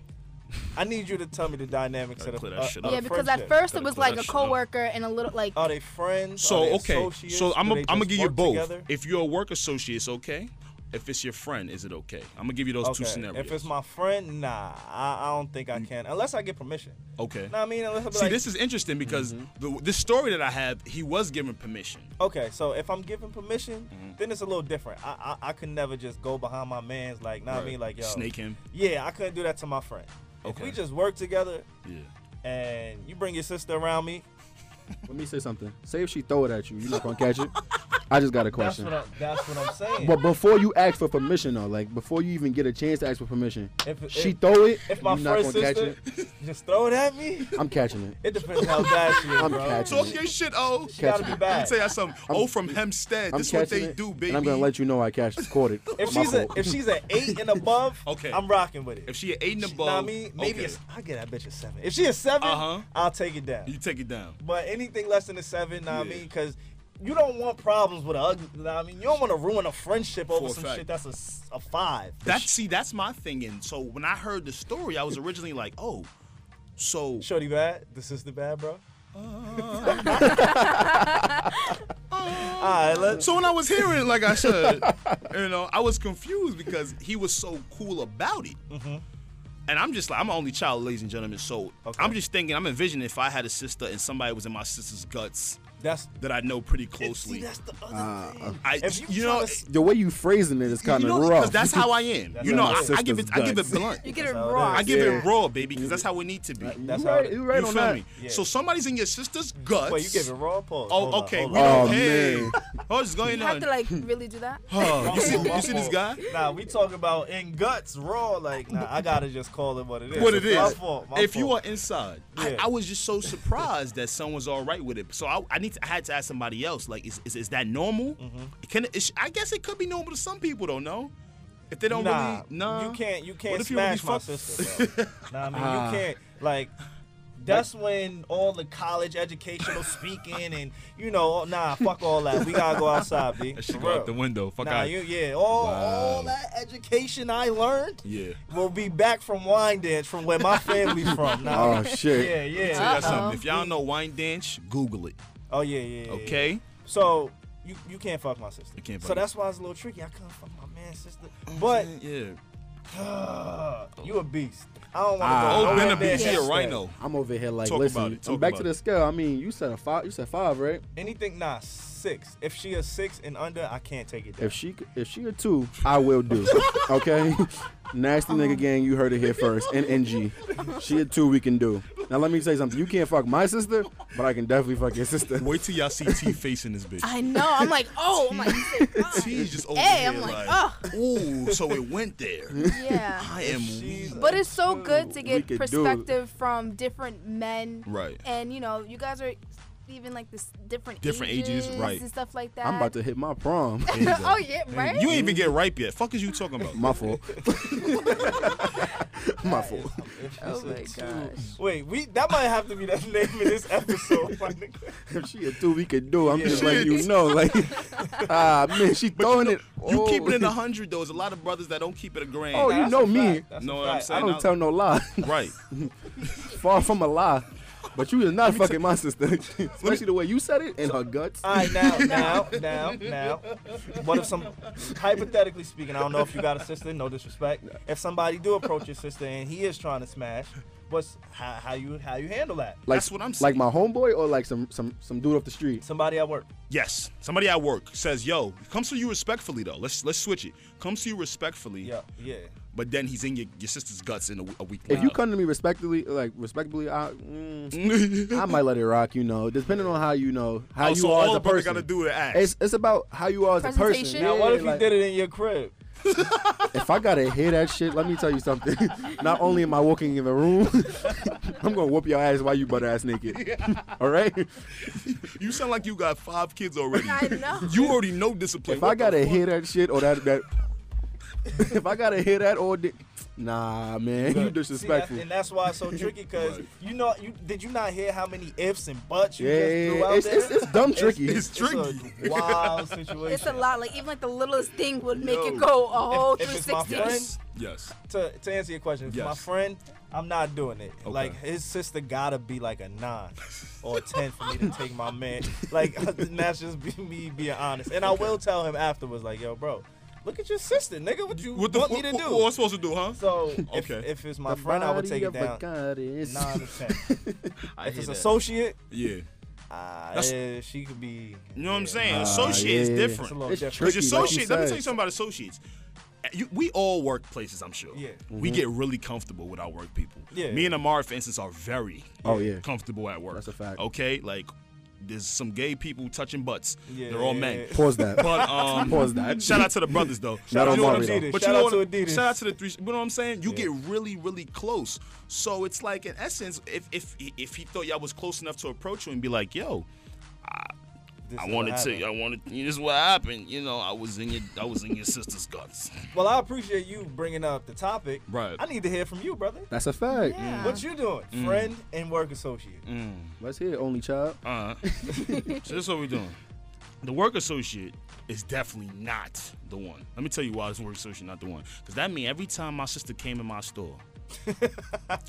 Speaker 2: I need you to tell me the dynamics of the
Speaker 1: Clear that
Speaker 2: uh,
Speaker 1: shit
Speaker 2: of
Speaker 1: up.
Speaker 3: Yeah,
Speaker 2: the
Speaker 3: because
Speaker 2: friendship.
Speaker 3: at first
Speaker 1: Gotta
Speaker 3: it was
Speaker 1: clear
Speaker 3: like
Speaker 1: that
Speaker 3: a
Speaker 1: shit up.
Speaker 3: coworker and a little like.
Speaker 2: Are they friends? Are
Speaker 1: So
Speaker 2: they
Speaker 1: okay,
Speaker 2: associates?
Speaker 1: so I'm
Speaker 2: Do
Speaker 1: gonna
Speaker 2: they
Speaker 1: I'm gonna
Speaker 2: just
Speaker 1: give you
Speaker 2: work
Speaker 1: both.
Speaker 2: together?
Speaker 1: If you're a work associate, it's okay. If it's your friend, is it okay? I'm gonna give you those two scenarios.
Speaker 2: If it's my friend, nah, I, I don't think I can unless I get permission.
Speaker 1: okay.
Speaker 2: Know what I mean, unless I be
Speaker 1: See,
Speaker 2: like, Mm-hmm.
Speaker 1: this is interesting because the, this story that I have, he was given permission.
Speaker 2: okay, so if I'm given permission,
Speaker 1: Mm-hmm.
Speaker 2: then it's a little different. I I, I could never just go behind my man's like, know what I
Speaker 1: Right.
Speaker 2: mean, like yo,
Speaker 1: Snake him.
Speaker 2: Yeah, I couldn't do that to my friend. If
Speaker 1: Okay.
Speaker 2: we just work together
Speaker 1: Yeah.
Speaker 2: and you bring your sister around me,
Speaker 4: Let me say something. Say if she throw it at you, you not gonna
Speaker 1: [laughs]
Speaker 4: catch it. I just got a
Speaker 2: that's
Speaker 4: question.
Speaker 2: what I'm, that's what I'm saying.
Speaker 4: But before you ask for permission, though, like before you even get a chance to ask for permission,
Speaker 2: If-
Speaker 4: she
Speaker 2: if-
Speaker 4: throw it,
Speaker 2: if my
Speaker 4: you not
Speaker 2: first
Speaker 4: gonna catch
Speaker 2: sister
Speaker 4: it.
Speaker 2: just throw it at me,
Speaker 4: I'm catching it.
Speaker 2: it depends how bad she is,
Speaker 4: I'm
Speaker 2: bro.
Speaker 4: catching
Speaker 1: Talk
Speaker 4: it.
Speaker 1: your shit, oh.
Speaker 2: She gotta be
Speaker 4: catching
Speaker 1: Let
Speaker 4: it.
Speaker 1: me
Speaker 2: bad.
Speaker 1: tell y'all something. oh, from Hempstead.
Speaker 4: I'm
Speaker 1: this is what
Speaker 4: catching
Speaker 1: they
Speaker 4: it,
Speaker 1: do, baby.
Speaker 4: and I'm gonna let you know I catch it. Caught it.
Speaker 2: If
Speaker 4: My
Speaker 2: she's a,
Speaker 4: fault.
Speaker 2: if she's an eight and above,
Speaker 1: [laughs] Okay.
Speaker 2: I'm rocking with it.
Speaker 1: If she an eight and
Speaker 2: She- Nah, I
Speaker 1: above,
Speaker 2: mean, maybe
Speaker 1: okay.
Speaker 2: it's, I get that bitch a seven. If she a 7
Speaker 1: Uh-huh.
Speaker 2: I'll take it down.
Speaker 1: you take it down.
Speaker 2: But anything less than a seven, nah, I
Speaker 1: Yeah.
Speaker 2: mean, because you don't want problems with a ugly. Nah, I mean, you don't want to ruin a friendship over
Speaker 1: For a
Speaker 2: some
Speaker 1: fact.
Speaker 2: shit that's a, s- a five.
Speaker 1: That see, that's my thinking. So when I heard the story, I was originally like, oh, so
Speaker 2: Shorty bad, the sister bad, bro.
Speaker 1: Uh,
Speaker 2: [laughs] All right, let's.
Speaker 1: So when I was hearing, it, like I [laughs] said, you know, I was confused because he was so cool about it. And I'm just like, I'm an only child, ladies and gentlemen. So
Speaker 2: Okay.
Speaker 1: I'm just thinking, I'm envisioning if I had a sister and somebody was in my sister's guts,
Speaker 2: That's
Speaker 1: that I know pretty closely.
Speaker 2: the other
Speaker 4: Ah,
Speaker 2: thing.
Speaker 4: thing. okay.
Speaker 1: I,
Speaker 2: If you
Speaker 1: you
Speaker 2: try
Speaker 1: know,
Speaker 2: to s-
Speaker 4: The way you phrasing it is kind
Speaker 1: you
Speaker 4: of
Speaker 1: know, 'cause [laughs]
Speaker 4: rough.
Speaker 1: that's how I am.
Speaker 2: That's
Speaker 1: you know,
Speaker 2: how
Speaker 1: I,
Speaker 2: it
Speaker 1: I give
Speaker 4: is.
Speaker 1: it, I give it blunt.
Speaker 2: [laughs]
Speaker 3: You get it
Speaker 2: how it
Speaker 3: raw.
Speaker 2: is.
Speaker 1: I give
Speaker 4: Yeah.
Speaker 1: it raw, baby, because that's how it need to be.
Speaker 2: That's
Speaker 4: [laughs] you
Speaker 2: how
Speaker 4: right,
Speaker 2: it-
Speaker 4: you right
Speaker 1: you
Speaker 4: on
Speaker 1: feel
Speaker 4: that.
Speaker 1: me?
Speaker 2: Yeah.
Speaker 1: So somebody's in your sister's guts.
Speaker 2: Wait, you gave it raw pause.
Speaker 1: Oh,
Speaker 2: Hold up,
Speaker 1: okay.
Speaker 2: hold
Speaker 1: we
Speaker 2: up.
Speaker 1: don't
Speaker 2: [laughs]
Speaker 4: Oh,
Speaker 1: care.
Speaker 4: man.
Speaker 1: Oh, it's going
Speaker 3: You have
Speaker 1: on.
Speaker 3: to like really do that.
Speaker 1: Oh, you see,
Speaker 2: My
Speaker 1: you see this
Speaker 2: fault.
Speaker 1: guy?
Speaker 2: Nah, we talk about in guts, raw. Like, nah, I gotta just call it what it is.
Speaker 1: What it
Speaker 2: It's My
Speaker 1: is?
Speaker 2: fault. My
Speaker 1: If
Speaker 2: fault.
Speaker 1: you are inside, I,
Speaker 2: Yeah.
Speaker 1: I was just so surprised that someone's all right with it. So I, I need to, I had to ask somebody else. Like, is is, is that normal?
Speaker 2: Mm-hmm.
Speaker 1: Can it, is, I guess it could be normal to some people, though. No, if they don't
Speaker 2: nah,
Speaker 1: really, nah.
Speaker 2: you can't, you can't
Speaker 1: What if you really
Speaker 2: smash my
Speaker 1: fuck-
Speaker 2: sister.
Speaker 1: [laughs]
Speaker 2: Bro. nah, I mean,
Speaker 4: Ah.
Speaker 2: you can't. Like, that's when all the college educational speaking and you know, nah, fuck all that. We gotta go outside, b.
Speaker 1: She
Speaker 2: For
Speaker 1: go
Speaker 2: real.
Speaker 1: out the window. Fuck
Speaker 2: Nah,
Speaker 1: out.
Speaker 2: you, yeah, all, all
Speaker 1: Wow.
Speaker 2: that education I learned
Speaker 1: yeah.
Speaker 2: will be back from wine dance from where
Speaker 1: [laughs]
Speaker 2: my family's from. Nah,
Speaker 4: Oh shit.
Speaker 2: yeah, yeah.
Speaker 1: Tell y'all
Speaker 3: Uh-oh.
Speaker 1: something. If y'all know wine dance, Google it.
Speaker 2: Oh yeah, yeah. Uh-huh. yeah, yeah.
Speaker 1: Okay.
Speaker 2: So you you can't fuck my sister.
Speaker 1: You can't
Speaker 2: so
Speaker 1: fuck-
Speaker 2: that's why it's a little tricky. I couldn't fuck my man's sister. But
Speaker 4: Mm-hmm.
Speaker 2: uh,
Speaker 1: yeah.
Speaker 2: you a beast. I don't want to
Speaker 4: Ah.
Speaker 2: go.
Speaker 1: Oh,
Speaker 2: nowhere
Speaker 1: Ben a
Speaker 2: near
Speaker 1: beast. He a
Speaker 2: that.
Speaker 1: rhino.
Speaker 4: I'm over here like,
Speaker 1: Talk
Speaker 4: listen.
Speaker 1: about it,
Speaker 4: I'm
Speaker 1: talk
Speaker 4: back to
Speaker 1: about
Speaker 4: the
Speaker 1: it.
Speaker 4: scale. I mean, you said a five. You said five, right?
Speaker 2: Anything nah six. If she a six and under, I can't take it down.
Speaker 4: If she c- if she a two, I will do.
Speaker 1: [laughs]
Speaker 4: Okay. Nasty
Speaker 1: Uh-huh.
Speaker 4: nigga gang, you heard it here first. And NG, she a two, we can do. Now let me say something. You can't fuck my sister, but I can definitely fuck your sister.
Speaker 1: Wait till y'all see T facing this bitch.
Speaker 3: I know. I'm like, oh,
Speaker 1: [laughs]
Speaker 3: I'm like,
Speaker 1: T is just over
Speaker 3: Hey,
Speaker 1: here
Speaker 3: I'm like,
Speaker 1: ooh, so it went there.
Speaker 3: [laughs] yeah.
Speaker 1: I am
Speaker 2: She's
Speaker 3: But it's so good to
Speaker 4: We
Speaker 3: get
Speaker 4: could do it.
Speaker 3: perspective from different men.
Speaker 1: Right.
Speaker 3: And you know, you guys are even like this different
Speaker 1: Different ages, right.
Speaker 3: and stuff like that.
Speaker 4: I'm about to hit my prom.
Speaker 3: [laughs] oh yeah, right.
Speaker 1: You ain't even get ripe yet. Fuck is you talking about?
Speaker 4: My fault. [laughs] my fault.
Speaker 2: [laughs] If
Speaker 3: oh
Speaker 2: she's a
Speaker 3: my
Speaker 2: two-
Speaker 3: gosh.
Speaker 2: Wait, we that might have to be the [laughs] name of this episode. my nigga.
Speaker 4: If she a two, we could do. I'm just
Speaker 1: Yeah.
Speaker 4: letting you know.
Speaker 1: [laughs]
Speaker 4: Like, ah man, she throwing it.
Speaker 1: You
Speaker 4: oh.
Speaker 1: keep it in the hundred though. There's a lot of brothers that don't keep it a grand.
Speaker 4: Oh, you
Speaker 2: That's
Speaker 4: know
Speaker 2: a
Speaker 4: me.
Speaker 2: fact. That's a
Speaker 1: Know what I'm
Speaker 2: fact.
Speaker 4: I
Speaker 1: saying?
Speaker 4: don't tell no lie. [laughs]
Speaker 1: right.
Speaker 4: Far from a lie. But you is not fucking my sister, [laughs] especially the way you said it in her guts.
Speaker 2: All right, now, now, now, now. What if some, hypothetically speaking, I don't know if you got a sister. No disrespect. If somebody do approach your sister and he is trying to smash, what's how, how you how you handle that?
Speaker 4: Like,
Speaker 1: That's what I'm
Speaker 4: Like
Speaker 1: saying.
Speaker 4: my homeboy or like some some some dude off the street.
Speaker 2: Somebody at work.
Speaker 1: Yes. Somebody at work says, "Yo, comes to you respectfully though. Let's let's switch it. Comes to you respectfully.
Speaker 2: Yeah, yeah.
Speaker 1: But then he's in your, your sister's guts in a, w- a week.
Speaker 4: If
Speaker 1: later.
Speaker 4: you come to me respectfully, like respectfully, I mm,
Speaker 1: [laughs]
Speaker 4: I might let it rock. You know, depending on how you know how
Speaker 1: Oh,
Speaker 4: you
Speaker 1: so
Speaker 4: are
Speaker 1: all
Speaker 4: as a
Speaker 1: the brother
Speaker 4: person.
Speaker 1: gotta do to ask.
Speaker 4: It's it's about how you are as a person.
Speaker 3: Presentation.
Speaker 2: Now, what if
Speaker 4: Yeah,
Speaker 2: you did it in your crib?
Speaker 4: If I gotta hear that shit, let me tell you something. [laughs] Not only am I walking in the room, [laughs] I'm gonna whoop your ass while you butt
Speaker 1: [laughs]
Speaker 4: ass naked. All right.
Speaker 1: you sound like you got five kids already.
Speaker 3: I know.
Speaker 1: You already know discipline.
Speaker 4: If
Speaker 1: What
Speaker 4: I
Speaker 1: the
Speaker 4: gotta
Speaker 1: fuck?
Speaker 4: hear that shit or that [laughs] that, if I gotta hear that all day, nah, man, [laughs] you
Speaker 2: Good. See,
Speaker 4: disrespectful.
Speaker 2: that's- and that's why
Speaker 4: [laughs]
Speaker 2: it's so tricky because you know you did you not hear how many ifs and buts you
Speaker 4: Yeah,
Speaker 2: just threw out
Speaker 4: it's,
Speaker 2: there?
Speaker 4: it's, it's dumb tricky.
Speaker 1: It's tricky.
Speaker 4: [laughs]
Speaker 2: It's a wild situation.
Speaker 3: It's a lot. Like even like the littlest thing would make
Speaker 1: Yo.
Speaker 3: it go a whole
Speaker 2: if it's my
Speaker 3: 360.
Speaker 1: Yes. Yes.
Speaker 2: to, to answer your question, if my
Speaker 1: Yes.
Speaker 2: friend, I'm not doing it.
Speaker 1: Okay.
Speaker 2: Like his sister gotta be like a nine or a ten for me to take my man. Like [laughs] and that's just be, me being honest. And I will tell him afterwards, like, yo, bro, look at your sister, nigga. What you
Speaker 1: What the
Speaker 2: want
Speaker 1: what,
Speaker 2: me to
Speaker 1: what,
Speaker 2: do?
Speaker 1: what am I supposed to do, huh?
Speaker 2: so if,
Speaker 1: Okay.
Speaker 2: if it's my friend, I would
Speaker 4: Body
Speaker 2: take it
Speaker 4: of a
Speaker 2: down
Speaker 1: [laughs]
Speaker 4: goddess.
Speaker 2: nine to
Speaker 4: [laughs]
Speaker 2: ten.
Speaker 1: I
Speaker 2: if
Speaker 1: hear
Speaker 2: it's
Speaker 1: that.
Speaker 2: associate,
Speaker 1: yeah.
Speaker 2: ah,
Speaker 1: That's-
Speaker 2: yeah, she could be.
Speaker 1: You know what I'm
Speaker 2: yeah.
Speaker 1: saying?
Speaker 4: Ah,
Speaker 1: associate
Speaker 4: yeah,
Speaker 1: is
Speaker 4: yeah.
Speaker 1: different.
Speaker 2: It's a little
Speaker 4: It's
Speaker 1: Because
Speaker 2: different.
Speaker 4: tricky, like you
Speaker 1: associates, let me
Speaker 4: said.
Speaker 1: tell you something about associates. Uh, you- we all work places, I'm sure.
Speaker 2: Yeah.
Speaker 1: We
Speaker 4: Mm-hmm.
Speaker 1: get really comfortable with our work people.
Speaker 2: Yeah.
Speaker 1: Me and Amara, for instance, are very
Speaker 4: Oh, yeah.
Speaker 1: comfortable at work.
Speaker 4: That's a fact.
Speaker 1: Okay, like there's some gay people touching butts.
Speaker 2: Yeah.
Speaker 1: They're all men.
Speaker 4: Pause that.
Speaker 1: But
Speaker 4: [laughs]
Speaker 1: um,
Speaker 4: Pause that.
Speaker 1: Shout out to the brothers though.
Speaker 4: Shout
Speaker 1: You know
Speaker 4: out to
Speaker 1: what I'm
Speaker 4: Mario.
Speaker 1: saying? But
Speaker 2: Shout
Speaker 1: you know
Speaker 2: out
Speaker 1: what-
Speaker 2: to Adidas.
Speaker 1: Shout out to the three. You know what I'm saying? You
Speaker 2: Yeah.
Speaker 1: get really, really close. So it's like in essence, if if if he thought y'all was close enough to approach you and be like, yo,
Speaker 2: This
Speaker 1: I
Speaker 2: is
Speaker 1: wanted
Speaker 2: what
Speaker 1: to.
Speaker 2: happened.
Speaker 1: I wanted. This is what happened. You know, I was in your. I was in your sister's guts.
Speaker 2: Well, I appreciate you bringing up the topic.
Speaker 1: Right.
Speaker 2: I need to hear from you, brother.
Speaker 4: That's a fact.
Speaker 3: Yeah.
Speaker 2: What you doing,
Speaker 1: Mm.
Speaker 2: friend and work associate?
Speaker 4: Let's hear it, only child.
Speaker 1: Uh. [laughs] so this is what we're doing. The work associate is definitely not the one. Let me tell you why this work associate not the one. Because that mean every time my sister came in my
Speaker 2: [laughs]
Speaker 1: store,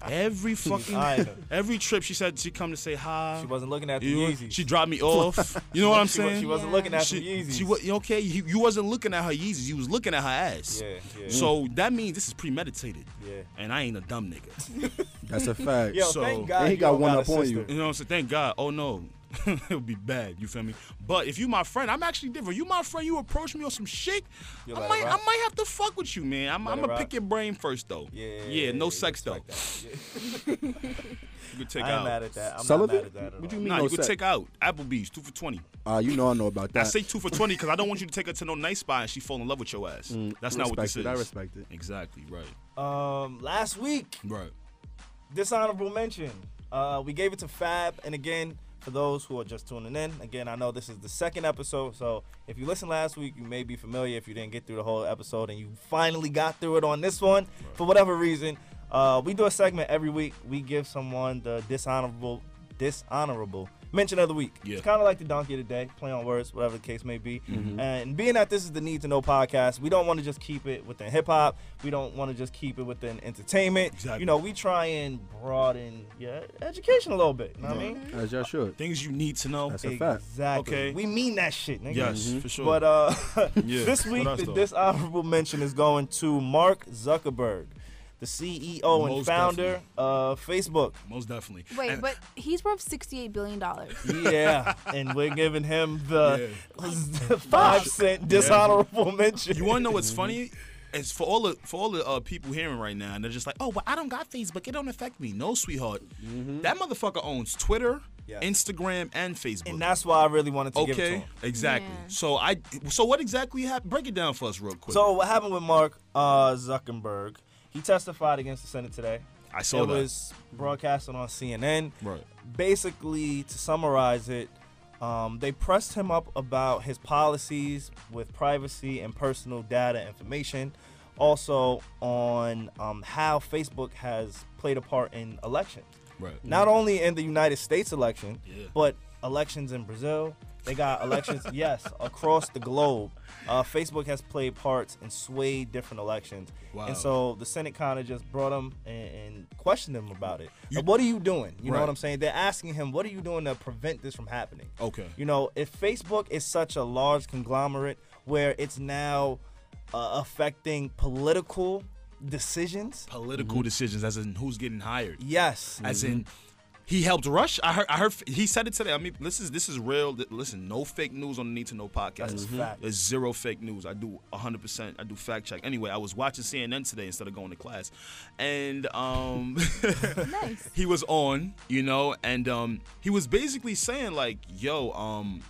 Speaker 1: every fucking
Speaker 2: eyeing her.
Speaker 1: every trip she said she come to say hi.
Speaker 2: She wasn't looking at the
Speaker 1: You-
Speaker 2: Yeezys.
Speaker 1: she dropped me
Speaker 2: [laughs]
Speaker 1: off. You know what I'm
Speaker 2: She wa-
Speaker 1: saying?
Speaker 2: She wasn't
Speaker 3: Yeah.
Speaker 2: looking at the
Speaker 1: she,
Speaker 2: Yeezys.
Speaker 1: she wa- okay. You, you wasn't looking at her Yeezys. You was looking at her ass.
Speaker 2: Yeah, yeah.
Speaker 1: So that means this is premeditated.
Speaker 2: Yeah.
Speaker 1: And I ain't a dumb nigga.
Speaker 4: That's a fact.
Speaker 2: Yo,
Speaker 1: so-
Speaker 2: thank God
Speaker 4: And he
Speaker 2: you
Speaker 4: got
Speaker 2: don't
Speaker 4: one
Speaker 2: a
Speaker 4: up on
Speaker 2: sister.
Speaker 4: you.
Speaker 1: You know what I'm saying? Thank God. Oh no, [laughs] it would be bad. You feel me? But if you my friend, I'm actually different. You my friend. You approach me on some shit.
Speaker 2: You
Speaker 1: I
Speaker 2: let it
Speaker 1: might, I
Speaker 2: rock.
Speaker 1: might have to fuck with you, man. I'm,
Speaker 2: Let
Speaker 1: I'm
Speaker 2: it
Speaker 1: gonna
Speaker 2: rock.
Speaker 1: pick your brain first though.
Speaker 2: Yeah.
Speaker 1: Yeah. No sex though.
Speaker 2: though.
Speaker 1: You could take
Speaker 2: I'm
Speaker 1: out.
Speaker 2: mad at that. I'm
Speaker 4: Sullivan?
Speaker 2: not mad at that at
Speaker 4: What
Speaker 2: all.
Speaker 4: you mean?
Speaker 1: Nah,
Speaker 4: no
Speaker 1: you could
Speaker 4: sex?
Speaker 1: take out Applebee's two for twenty.
Speaker 4: Uh, you know I know about that.
Speaker 1: I say two for twenty because I don't want you to take her to no nice spot and she fall in love with your ass. That's not what this
Speaker 4: Respect
Speaker 1: is.
Speaker 4: it, I respect it.
Speaker 1: Exactly right.
Speaker 2: Um, last week,
Speaker 1: Right.
Speaker 2: dishonorable mention. Uh, we gave it to Fab, and again, for those who are just tuning in, again, I know this is the second episode, so if you listened last week, you may be familiar. If you didn't get through the whole episode and you finally got through it on this one, for whatever reason, uh, we do a segment every week. We give someone the dishonorable, dishonorable mention of the week.
Speaker 1: Yeah.
Speaker 2: It's kind of like the donkey of the day, play on words, whatever the case may be. And being that this is the Need to Know podcast, we don't want to just keep it within hip hop. We don't want to just keep it within entertainment.
Speaker 1: Exactly.
Speaker 2: You know, we try and broaden your education a little bit. You know what I mean?
Speaker 4: As y'all should.
Speaker 1: Things you need to know.
Speaker 4: That's a fact.
Speaker 2: Exactly.
Speaker 1: Okay.
Speaker 2: We mean that shit, nigga.
Speaker 1: Yes, for sure.
Speaker 2: But uh,
Speaker 1: [laughs] Yeah.
Speaker 2: [laughs] this week,
Speaker 1: What else,
Speaker 2: the
Speaker 1: though?
Speaker 2: dishonorable mention is going to Mark Zuckerberg, the CEO and
Speaker 1: Most
Speaker 2: founder
Speaker 1: definitely.
Speaker 2: of Facebook.
Speaker 1: Most definitely.
Speaker 3: Wait,
Speaker 1: And-
Speaker 3: but he's worth sixty-eight billion dollars.
Speaker 2: Yeah, and we're giving him the
Speaker 3: Fuck.
Speaker 2: [laughs] five cent dishonorable mention.
Speaker 1: You want to know what's funny? It's for all the for all the uh, people hearing right now, and they're just like, "Oh, but I don't got Facebook. It don't affect me." No, sweetheart.
Speaker 2: Mm-hmm.
Speaker 1: That motherfucker owns Twitter,
Speaker 2: Yes.
Speaker 1: Instagram, and Facebook.
Speaker 2: and that's why I really wanted to give it to
Speaker 1: okay,
Speaker 2: him.
Speaker 1: exactly.
Speaker 3: Yeah.
Speaker 1: So I, so what exactly happened? Break it down for us real quick.
Speaker 2: So what happened with Mark uh, Zuckerberg? He testified against the Senate today.
Speaker 1: I saw
Speaker 2: it
Speaker 1: that.
Speaker 2: was broadcasted on CNN.
Speaker 1: Right.
Speaker 2: Basically, to summarize it, um, they pressed him up about his policies with privacy and personal data information. Also, on um, how Facebook has played a part in elections.
Speaker 1: right.
Speaker 2: Not only in the United States election,
Speaker 1: Yeah.
Speaker 2: but elections in Brazil. They got
Speaker 1: [laughs]
Speaker 2: elections, yes, across the globe. Uh, Facebook has played parts in swayed different elections.
Speaker 1: Wow.
Speaker 2: And so the Senate kind of just brought him and, and questioned him about it. Like, what are you doing? You know
Speaker 1: Right.
Speaker 2: what I'm saying? They're asking him, what are you doing to prevent this from happening?
Speaker 1: Okay.
Speaker 2: You know, if Facebook is such a large conglomerate where it's now uh, affecting political decisions,
Speaker 1: Political
Speaker 2: Mm-hmm.
Speaker 1: decisions, as in who's getting hired,
Speaker 2: yes.
Speaker 1: as in. He helped Rush. I heard. I heard. He said it today. I mean, this is this is real. Th- Listen, no fake news on the Need to Know podcast.
Speaker 2: That's a Mhm. fact.
Speaker 1: There's zero fake news. I do 100. percent I do fact check. Anyway, I was watching CNN today instead of going to class, and um, [laughs]
Speaker 3: nice.
Speaker 1: he was on, you know, and um, he was basically saying like, "Yo, um,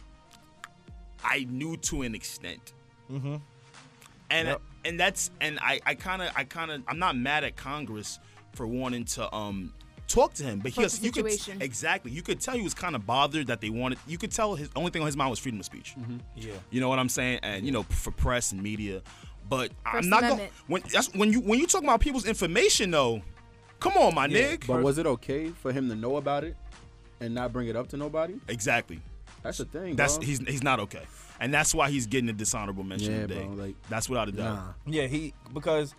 Speaker 1: I knew to an extent." and
Speaker 2: Yep.
Speaker 1: and that's and I I kind of I kind of I'm not mad at Congress for wanting to um talk to him, but he
Speaker 3: Fuck
Speaker 1: was,
Speaker 3: the
Speaker 1: you could
Speaker 3: situation.
Speaker 1: exactly you could tell he was kind of bothered that they wanted you could tell his only thing on his mind was freedom of speech.
Speaker 2: Yeah.
Speaker 1: You know what I'm saying? And you know for press and media, but i I'm
Speaker 3: First
Speaker 1: not going
Speaker 3: Amendment.
Speaker 1: when that's when you when you talk about people's information though. Come on, my nigga.
Speaker 4: But was it okay for him to know about it and not bring it up to nobody?
Speaker 1: exactly.
Speaker 4: That's the thing.
Speaker 1: That's
Speaker 4: bro.
Speaker 1: he's he's not okay, and that's why he's getting a dishonorable mention
Speaker 4: Yeah,
Speaker 1: today.
Speaker 4: bro, like-
Speaker 1: that's without a doubt.
Speaker 4: Nah.
Speaker 2: Yeah, he because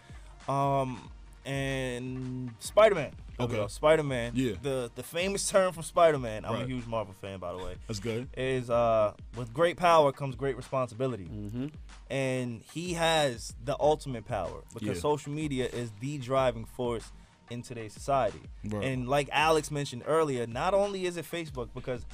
Speaker 2: um and Spider Man.
Speaker 1: Okay.
Speaker 2: Spider Man.
Speaker 1: Yeah.
Speaker 2: The the famous term from Spider Man. I'm a
Speaker 1: Right.
Speaker 2: huge Marvel fan by the way.
Speaker 1: That's good.
Speaker 2: Is uh with great power comes great responsibility. Mm-hmm. And he has the ultimate power because
Speaker 1: Yeah.
Speaker 2: social media is the driving force in today's society.
Speaker 1: Right.
Speaker 2: And like Alex mentioned earlier, not only is it Facebook because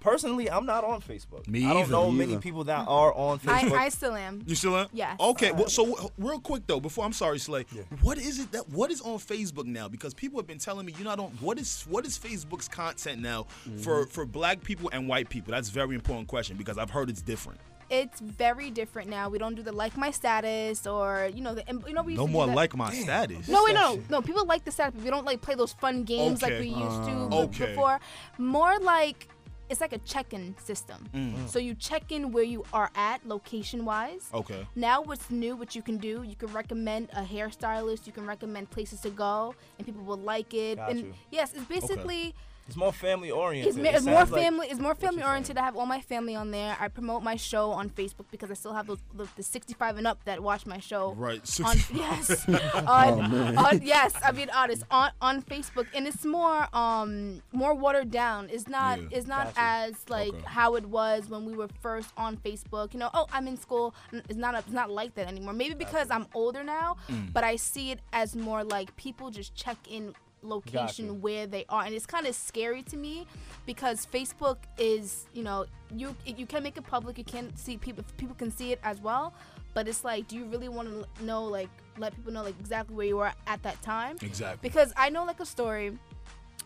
Speaker 2: personally I'm not on Facebook.
Speaker 1: Me
Speaker 2: I don't
Speaker 1: either.
Speaker 2: know
Speaker 4: Me
Speaker 2: many
Speaker 4: either.
Speaker 2: people that are on
Speaker 3: I,
Speaker 2: Facebook.
Speaker 3: I still am.
Speaker 1: You still on?
Speaker 3: Yes.
Speaker 1: Okay. well, so w- real quick though, before I'm sorry, Slay.
Speaker 2: Yeah.
Speaker 1: What is it that what is on Facebook now? Because people have been telling me you're not on. What is what is Facebook's content now for for Black people and white people? That's a very important question because I've heard it's different.
Speaker 3: It's very different now. We don't do the like my status or you know the you know we used
Speaker 1: No
Speaker 3: to do
Speaker 1: more
Speaker 3: that-
Speaker 1: like my status.
Speaker 3: No, wait,
Speaker 2: that
Speaker 3: no,
Speaker 2: shit.
Speaker 3: no. People like the setup. We don't like play those fun games like
Speaker 1: Okay.
Speaker 3: we used to
Speaker 1: Ah.
Speaker 3: b-
Speaker 1: Okay.
Speaker 3: before. More like it's like a check-in system. So you check in where you are at location-wise.
Speaker 1: Okay.
Speaker 3: Now, what's new? What you can do? You can recommend a hairstylist. You can recommend places to go, and people will like it.
Speaker 2: Got
Speaker 3: and
Speaker 2: you.
Speaker 3: yes, it's basically.
Speaker 2: It's more family oriented.
Speaker 3: It's, ma-
Speaker 2: It
Speaker 3: it's more
Speaker 2: sounds like-
Speaker 3: family. it's more family
Speaker 2: you're saying.
Speaker 3: oriented. I have all my family on there. I promote my show on Facebook because I still have those, the, the 65 and up that watch my show.
Speaker 1: Right. Oh, So,
Speaker 3: On, [laughs]
Speaker 1: [laughs]
Speaker 3: yes. on, on- yes. I mean, honest on on Facebook, and it's more um more watered down. It's not
Speaker 1: Yeah.
Speaker 3: it's not
Speaker 2: Gotcha.
Speaker 3: as like
Speaker 1: Okay.
Speaker 3: how it was when we were first on Facebook. You know, oh, I'm in school. N- It's not a, it's not like
Speaker 2: Mm.
Speaker 3: that anymore. Maybe because I'm older now, but I see it as more like people just check in location
Speaker 2: Gotcha.
Speaker 3: where they are, and it's kind of scary to me because Facebook is, you know, you you can make it public, you can see people, people can see it as well, but it's like, do you really want to know, like, let people know like exactly where you are at that time?
Speaker 1: Exactly.
Speaker 3: Because I know like a story.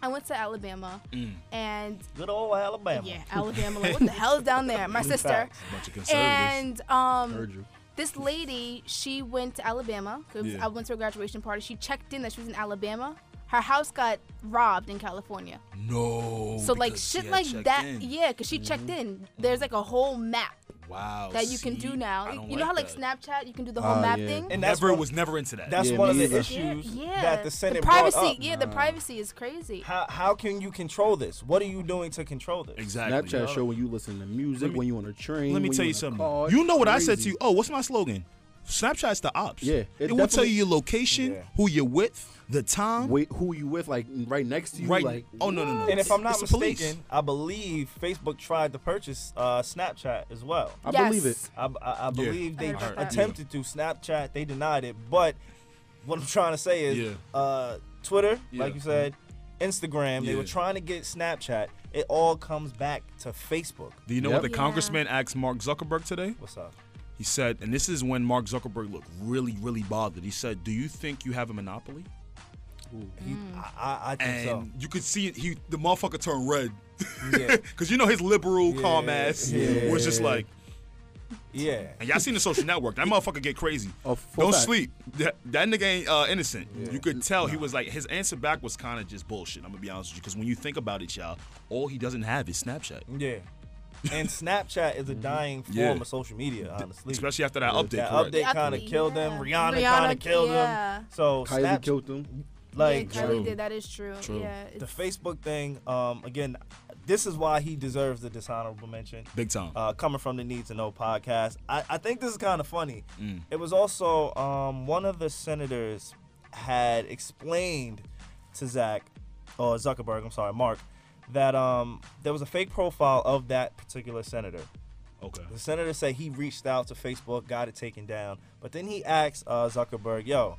Speaker 3: I went to Alabama, and
Speaker 2: Good old Alabama.
Speaker 3: yeah, Alabama. Like, what the hell is down there? My sister.
Speaker 2: Facts.
Speaker 1: Bunch of conservatives.
Speaker 3: And um,
Speaker 4: Heard you.
Speaker 3: this lady, she went to Alabama 'cause
Speaker 1: Yeah.
Speaker 3: I went to a graduation party. She checked in that she was in Alabama. Her house got robbed in California.
Speaker 1: no.
Speaker 3: so like
Speaker 1: Oh, because she
Speaker 3: shit
Speaker 1: had
Speaker 3: like
Speaker 1: checked
Speaker 3: that, Yeah,
Speaker 1: in. Mm-hmm.
Speaker 3: 'cause yeah, because she checked in. There's like a whole map
Speaker 1: Wow.
Speaker 3: that you can
Speaker 1: see?
Speaker 3: do
Speaker 1: I
Speaker 3: now. You
Speaker 1: don't
Speaker 3: know how like
Speaker 1: that.
Speaker 3: Snapchat, you can do the whole
Speaker 4: Oh,
Speaker 3: map
Speaker 4: yeah.
Speaker 3: thing.
Speaker 2: And that's
Speaker 1: Never
Speaker 2: one,
Speaker 1: was never into that.
Speaker 2: that's
Speaker 4: Yeah,
Speaker 2: one of
Speaker 4: me
Speaker 2: the
Speaker 4: either.
Speaker 3: yeah,
Speaker 2: issues
Speaker 3: yeah.
Speaker 2: that the Senate
Speaker 3: privacy,
Speaker 2: brought up.
Speaker 3: yeah, the privacy is crazy.
Speaker 2: How how can you control this? What are you doing to control this?
Speaker 1: exactly.
Speaker 4: Snapchat show when you listen to music,
Speaker 1: Let me-
Speaker 4: when you on a train.
Speaker 1: Let me
Speaker 4: when
Speaker 1: tell
Speaker 4: you
Speaker 1: you
Speaker 4: in a
Speaker 1: something.
Speaker 4: car.
Speaker 1: you know what I said to
Speaker 4: Crazy.
Speaker 1: you? Oh, what's my slogan? Snapchat's the ops.
Speaker 4: Yeah, it
Speaker 1: It, will tell
Speaker 4: definitely-
Speaker 1: you your location,
Speaker 2: Yeah.
Speaker 1: who you're with, the time.
Speaker 4: Wait, who you with? Like right next to you?
Speaker 1: right.
Speaker 4: Like
Speaker 1: oh no no no.
Speaker 2: And if I'm not
Speaker 1: It's the police.
Speaker 2: mistaken, I believe Facebook tried to purchase uh, Snapchat as well.
Speaker 4: I
Speaker 3: Yes.
Speaker 4: believe it.
Speaker 2: I, I, I believe
Speaker 3: I
Speaker 2: they
Speaker 3: heard about that.
Speaker 2: attempted to Snapchat. They denied it. But what I'm trying to say is,
Speaker 1: Yeah.
Speaker 2: uh, Twitter, like
Speaker 1: Yeah.
Speaker 2: you said, Instagram. They were
Speaker 1: Yeah.
Speaker 2: trying to get Snapchat. It all comes back to Facebook.
Speaker 1: do you know
Speaker 4: Yep.
Speaker 1: what the
Speaker 3: Yeah.
Speaker 1: congressman asked Mark Zuckerberg today?
Speaker 2: What's up?
Speaker 1: He said, and this is when Mark Zuckerberg looked really really bothered. He said, "Do you think you have a monopoly?"
Speaker 2: He,
Speaker 3: Mm.
Speaker 2: I, I, I think
Speaker 1: And
Speaker 2: so.
Speaker 1: you could see it- he the motherfucker turned red. [laughs]
Speaker 2: Yeah.
Speaker 1: Cause you know his liberal calm
Speaker 2: Yeah,
Speaker 1: ass
Speaker 2: yeah.
Speaker 1: was just like,
Speaker 2: Yeah.
Speaker 1: and y'all seen the social network. That motherfucker get crazy.
Speaker 4: Oh, full
Speaker 1: Don't
Speaker 4: fact.
Speaker 1: sleep. That, that nigga ain't uh, innocent. You could tell he was like his answer back was kind of just bullshit. I'm gonna be honest with you, because when you think about it, y'all, all he doesn't have is Snapchat.
Speaker 4: Mm.
Speaker 2: Yeah.
Speaker 1: [laughs]
Speaker 2: And Snapchat is a dying form
Speaker 1: Mm-hmm. Yeah.
Speaker 2: of social media, honestly.
Speaker 1: Especially after that update.
Speaker 2: that
Speaker 1: correct?
Speaker 2: update
Speaker 3: Yeah,
Speaker 2: kind of
Speaker 3: yeah.
Speaker 2: killed them. Rihanna,
Speaker 3: Rihanna,
Speaker 2: kind of killed
Speaker 3: yeah.
Speaker 2: them. So
Speaker 4: Kylie
Speaker 2: Snap,
Speaker 4: killed them.
Speaker 2: like
Speaker 3: yeah, Kylie
Speaker 1: True.
Speaker 3: did. That is true.
Speaker 1: True.
Speaker 3: Yeah.
Speaker 2: the
Speaker 3: it's-
Speaker 2: Facebook thing. Um, again, this is why he deserves the dishonorable mention.
Speaker 1: Big time.
Speaker 2: Uh, coming from the Need to Know podcast, I, I think this is kind of funny. It was also um, one of the senators had explained to Zach or Zuckerberg, I'm sorry, Mark, that um, there was a fake profile of that particular senator.
Speaker 1: okay.
Speaker 2: The senator said he reached out to Facebook, got it taken down, but then he asked uh, Zuckerberg, "Yo,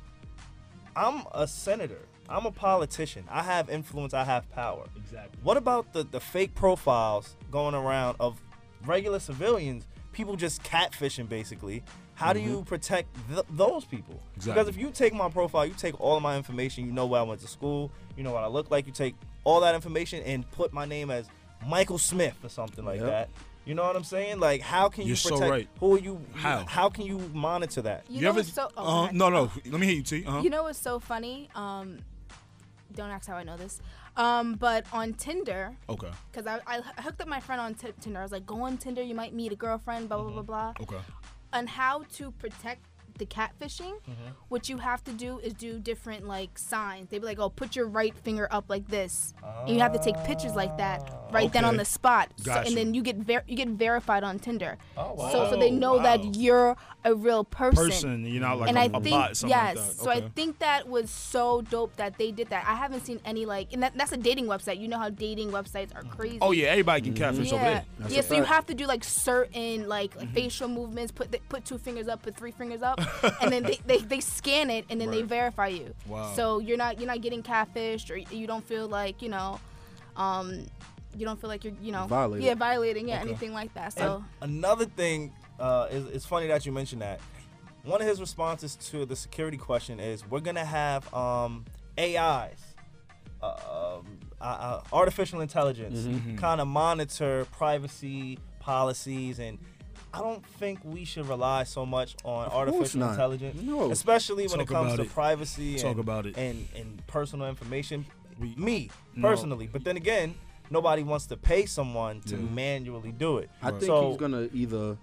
Speaker 2: I'm a senator. I'm a politician. I have influence. I have power.
Speaker 1: Exactly.
Speaker 2: What about the the fake profiles going around of regular civilians? People just catfishing, basically. How do you protect th- those people? Because
Speaker 1: Exactly.
Speaker 2: if you take my profile, you take all of my information. You know where I went to school. You know what I look like. You take all that information and put my name as Michael Smith or something like
Speaker 4: Yep.
Speaker 2: that. You know what I'm saying? Like, how can you
Speaker 1: You're so
Speaker 2: protect?
Speaker 1: right.
Speaker 2: Who are you?
Speaker 1: How?
Speaker 2: can you monitor that?
Speaker 3: you, know what's so, oh, go
Speaker 1: uh,
Speaker 3: ahead.
Speaker 1: no, no. Let me hear you, T. Uh-huh.
Speaker 3: You know what's so funny? Um, don't ask how I know this. Um, but on Tinder,
Speaker 1: okay.
Speaker 3: because I, I h- hooked up my friend on t- Tinder. I was like, go on Tinder, you might meet a girlfriend, blah, blah, blah, blah.
Speaker 1: Mm-hmm. Okay.
Speaker 3: On how to protect the catfishing,
Speaker 1: Mm-hmm.
Speaker 3: what you have to do is do different like signs. They'd be like, oh, put your right finger up like this. and you have to take pictures like that right then
Speaker 1: Ah.
Speaker 3: on
Speaker 1: Okay.
Speaker 3: the spot.
Speaker 1: Gotcha.
Speaker 3: and then you get ver- you get verified on Tinder.
Speaker 2: Oh, wow.
Speaker 3: So, so they
Speaker 1: Oh,
Speaker 3: know that
Speaker 1: wow.
Speaker 3: you're a real
Speaker 1: Person, you know, like
Speaker 3: and
Speaker 1: a,
Speaker 3: I
Speaker 1: a
Speaker 3: think
Speaker 1: bot, something
Speaker 3: yes,
Speaker 1: like that.
Speaker 3: so I
Speaker 1: Okay.
Speaker 3: think that was so dope that they did that. I haven't seen any like, and that, that's a dating website. You know how dating websites are crazy.
Speaker 1: oh yeah, everybody can catfish over
Speaker 3: yeah,
Speaker 1: there.
Speaker 3: yeah.
Speaker 4: a
Speaker 3: So you
Speaker 4: fact.
Speaker 3: have to do like certain like
Speaker 1: Mm-hmm.
Speaker 3: facial movements. Put the, put two fingers up, put three
Speaker 1: [laughs]
Speaker 3: fingers up, and then they, they, they scan it and then they
Speaker 1: Right.
Speaker 3: verify you.
Speaker 1: Wow.
Speaker 3: So you're not you're not getting catfished or you don't feel like you know, um, you don't feel like you're you know
Speaker 4: Violated.
Speaker 3: Yeah, violating. Yeah, anything like that. So
Speaker 2: Another thing uh, is it's funny that you mentioned that. One of his responses to the security question is, "We're gonna have um, AIs, uh, um, uh, uh, artificial intelligence,
Speaker 1: Mm-hmm.
Speaker 2: kind of monitor privacy policies and." I don't think we should rely so much on
Speaker 4: course
Speaker 2: artificial
Speaker 4: not.
Speaker 2: intelligence,
Speaker 4: No.
Speaker 2: especially when
Speaker 1: Talk
Speaker 2: it comes
Speaker 1: about
Speaker 2: to
Speaker 1: it.
Speaker 2: privacy
Speaker 1: Talk
Speaker 2: and,
Speaker 1: about it.
Speaker 2: and and personal information.
Speaker 1: We-
Speaker 2: Me personally, but then again, nobody wants to pay someone to
Speaker 1: Yeah.
Speaker 2: manually do it.
Speaker 4: I think
Speaker 2: So-
Speaker 4: he's gonna either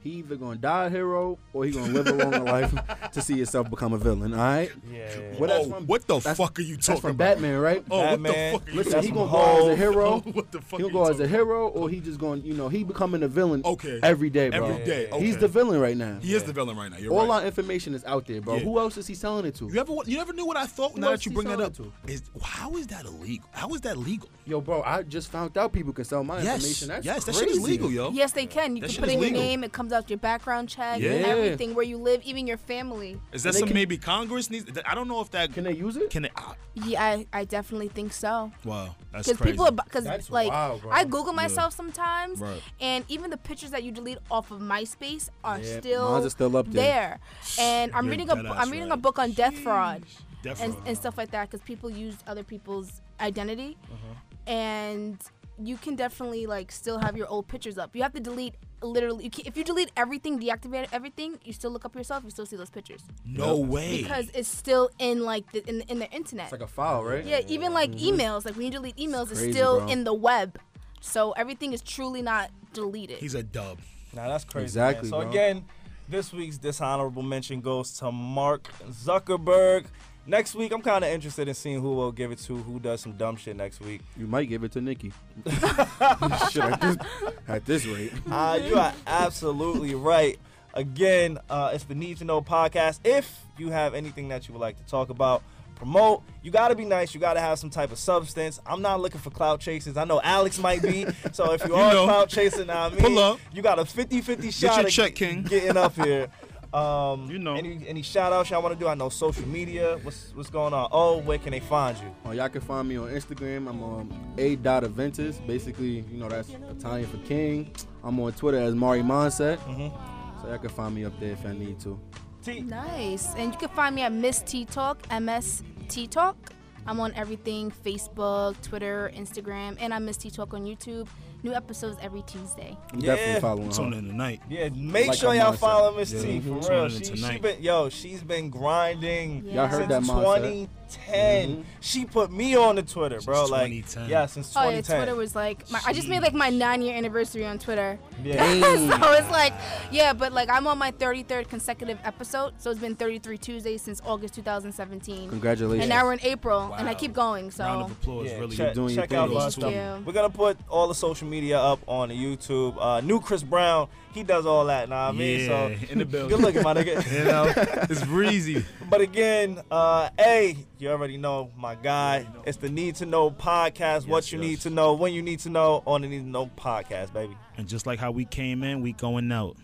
Speaker 4: he either gonna die a hero or he gonna live a
Speaker 2: [laughs]
Speaker 4: longer life to see himself become a villain. All right.
Speaker 2: Yeah.
Speaker 4: What
Speaker 1: oh,
Speaker 4: that's from-
Speaker 1: what the
Speaker 4: that's-
Speaker 1: fuck are you
Speaker 4: That's
Speaker 1: talking
Speaker 4: from
Speaker 1: about?
Speaker 4: Batman, right?
Speaker 1: Oh,
Speaker 2: Batman.
Speaker 1: what the fuck? Are you
Speaker 4: Listen,
Speaker 2: That's
Speaker 4: he
Speaker 2: some
Speaker 4: gonna go as a
Speaker 2: whole-
Speaker 4: hero.
Speaker 1: [laughs] What the fuck
Speaker 4: He'll
Speaker 1: are
Speaker 4: go
Speaker 1: you
Speaker 4: as a
Speaker 1: talking
Speaker 4: hero, or he just going, you know, he becoming a villain.
Speaker 1: Okay.
Speaker 4: Every day, bro.
Speaker 1: Every day, okay.
Speaker 4: He's the villain right now.
Speaker 1: He is the villain right now. You're
Speaker 4: All
Speaker 1: right.
Speaker 4: our information is out there, bro.
Speaker 1: Yeah.
Speaker 4: Who else is he selling it to?
Speaker 1: You ever? You never knew what I thought.
Speaker 4: Who
Speaker 1: Now
Speaker 4: else
Speaker 1: that you
Speaker 4: he
Speaker 1: bring that
Speaker 4: selling
Speaker 1: up,
Speaker 4: it
Speaker 1: is how is that illegal? How is that legal?
Speaker 4: Yo, bro, I just found out people can sell my
Speaker 1: Yes,
Speaker 4: information. That's
Speaker 1: yes, that
Speaker 4: crazy.
Speaker 1: shit is legal, yo.
Speaker 3: yes, they can. You
Speaker 1: Oh. That
Speaker 3: can
Speaker 1: shit
Speaker 3: put
Speaker 1: is
Speaker 3: in your
Speaker 1: legal.
Speaker 3: name. It comes out, your background check,
Speaker 1: Yeah.
Speaker 3: everything, where you live, even your family.
Speaker 1: Is that
Speaker 4: they
Speaker 1: some
Speaker 4: can-
Speaker 1: maybe Congress needs? I don't know if that
Speaker 4: Can they use it?
Speaker 1: can. It, ah,
Speaker 3: Yeah, I, I definitely think so.
Speaker 1: wow, that's
Speaker 3: Because
Speaker 1: crazy.
Speaker 3: people, because
Speaker 2: That's
Speaker 3: like
Speaker 2: wild, bro.
Speaker 3: I Google myself sometimes,
Speaker 1: Right.
Speaker 3: and even the pictures that you delete off of MySpace are
Speaker 4: Yeah,
Speaker 3: still
Speaker 4: mine's are still up there.
Speaker 3: there. And I'm
Speaker 1: You're
Speaker 3: reading a
Speaker 1: dead
Speaker 3: bu-
Speaker 1: ass
Speaker 3: I'm reading a
Speaker 1: right.
Speaker 3: book on death fraud
Speaker 1: Death
Speaker 3: and,
Speaker 1: row.
Speaker 3: and stuff like that because people use other people's identity,
Speaker 1: Uh-huh.
Speaker 3: and you can definitely like still have your old pictures up. You have to delete literally you can, if you delete everything, deactivate everything, you still look up yourself, you still see those pictures
Speaker 1: no way.
Speaker 3: because it's still in like the in, in the internet.
Speaker 4: It's like a file, right?
Speaker 3: Yeah, even like
Speaker 1: Mm-hmm.
Speaker 3: emails, like when you delete emails, it's
Speaker 4: crazy,
Speaker 3: still
Speaker 4: bro.
Speaker 3: in the web. So everything is truly not deleted.
Speaker 1: He's a dub.
Speaker 4: Uh-huh.
Speaker 2: Nah, that's crazy. Exactly.
Speaker 4: Exactly,
Speaker 2: So
Speaker 4: bro.
Speaker 2: again, this week's dishonorable mention goes to Mark Zuckerberg. Next week, I'm kind of interested in seeing who will give it to, who does some dumb shit next week.
Speaker 4: You might give it to Nikki. [laughs] Shit, at this, at this rate.
Speaker 2: Uh, you are absolutely right. Again, uh, it's the Need to Know podcast. If you have anything that you would like to talk about, promote, you got to be nice. You got to have some type of substance. I'm not looking for clout chasers. I know Alex might be.
Speaker 1: [laughs]
Speaker 2: So if you are
Speaker 1: know.
Speaker 2: clout chasing, I mean,
Speaker 1: Pull up.
Speaker 2: you got a 50 50 shot
Speaker 1: Get your
Speaker 2: of
Speaker 1: check, King.
Speaker 2: getting
Speaker 1: [laughs]
Speaker 2: up here. Um,
Speaker 1: You know.
Speaker 2: Any, any shout outs y'all want to do? I know social media. What's, what's going on? Oh, where can they find you?
Speaker 4: Uh, y'all can find me on Instagram. I'm um, a dot Aventus. Basically, you know that's Italian for King. I'm on Twitter as Mari Monset.
Speaker 2: Mm-hmm.
Speaker 4: So y'all can find me up there if I need to.
Speaker 2: T.
Speaker 3: nice. And you can find me at Miss T Talk, MS T Talk. I'm on everything Facebook, Twitter, Instagram, and I Miss T Talk on YouTube. New episodes every Tuesday.
Speaker 4: I'm
Speaker 2: Yeah.
Speaker 4: definitely following
Speaker 1: Tune
Speaker 4: her.
Speaker 1: in tonight.
Speaker 2: Yeah, make
Speaker 4: Like
Speaker 2: sure
Speaker 4: her
Speaker 2: y'all
Speaker 4: mindset.
Speaker 2: follow Miss
Speaker 1: Yeah.
Speaker 2: T for
Speaker 1: Mhm.
Speaker 2: real.
Speaker 1: Tuning in
Speaker 2: She, she
Speaker 1: tonight.
Speaker 2: been yo, she's been grinding.
Speaker 3: Y'all
Speaker 2: since
Speaker 3: heard
Speaker 4: that mindset.
Speaker 2: 2010.
Speaker 4: Mm-hmm.
Speaker 2: She put me on the Twitter, bro.
Speaker 1: Since
Speaker 2: like
Speaker 1: 2010.
Speaker 2: yeah, since
Speaker 3: Oh yeah,
Speaker 2: 2010.
Speaker 3: Twitter was like my, I just made like my nine-year anniversary on Twitter. [laughs]
Speaker 2: yeah.
Speaker 1: Mm.
Speaker 3: so it's like, yeah, but like I'm on my 33rd consecutive episode, so it's been 33 Tuesdays since August 2017.
Speaker 4: Congratulations.
Speaker 3: And now we're in April, and I
Speaker 1: Wow.
Speaker 3: keep going. So
Speaker 1: Round of applause.
Speaker 2: Yeah,
Speaker 1: really.
Speaker 2: check,
Speaker 4: doing your
Speaker 2: check out
Speaker 4: thing.
Speaker 2: our
Speaker 1: Thank
Speaker 2: stuff.
Speaker 3: you.
Speaker 2: We're gonna put all the social media up on the YouTube. Uh, new Chris Brown, he does all that. Nah, I mean,
Speaker 1: Yeah,
Speaker 2: so
Speaker 1: in the building.
Speaker 2: [laughs] Good looking, my nigga.
Speaker 1: [laughs] You know, it's
Speaker 4: [laughs]
Speaker 1: breezy.
Speaker 2: But again, uh, hey, you already know my guy. It's the Need to Know podcast. what
Speaker 1: Yes,
Speaker 2: you
Speaker 1: yes.
Speaker 2: need to know, when you need to know, on the Need to Know podcast, baby.
Speaker 1: And just like how we came in, we going out.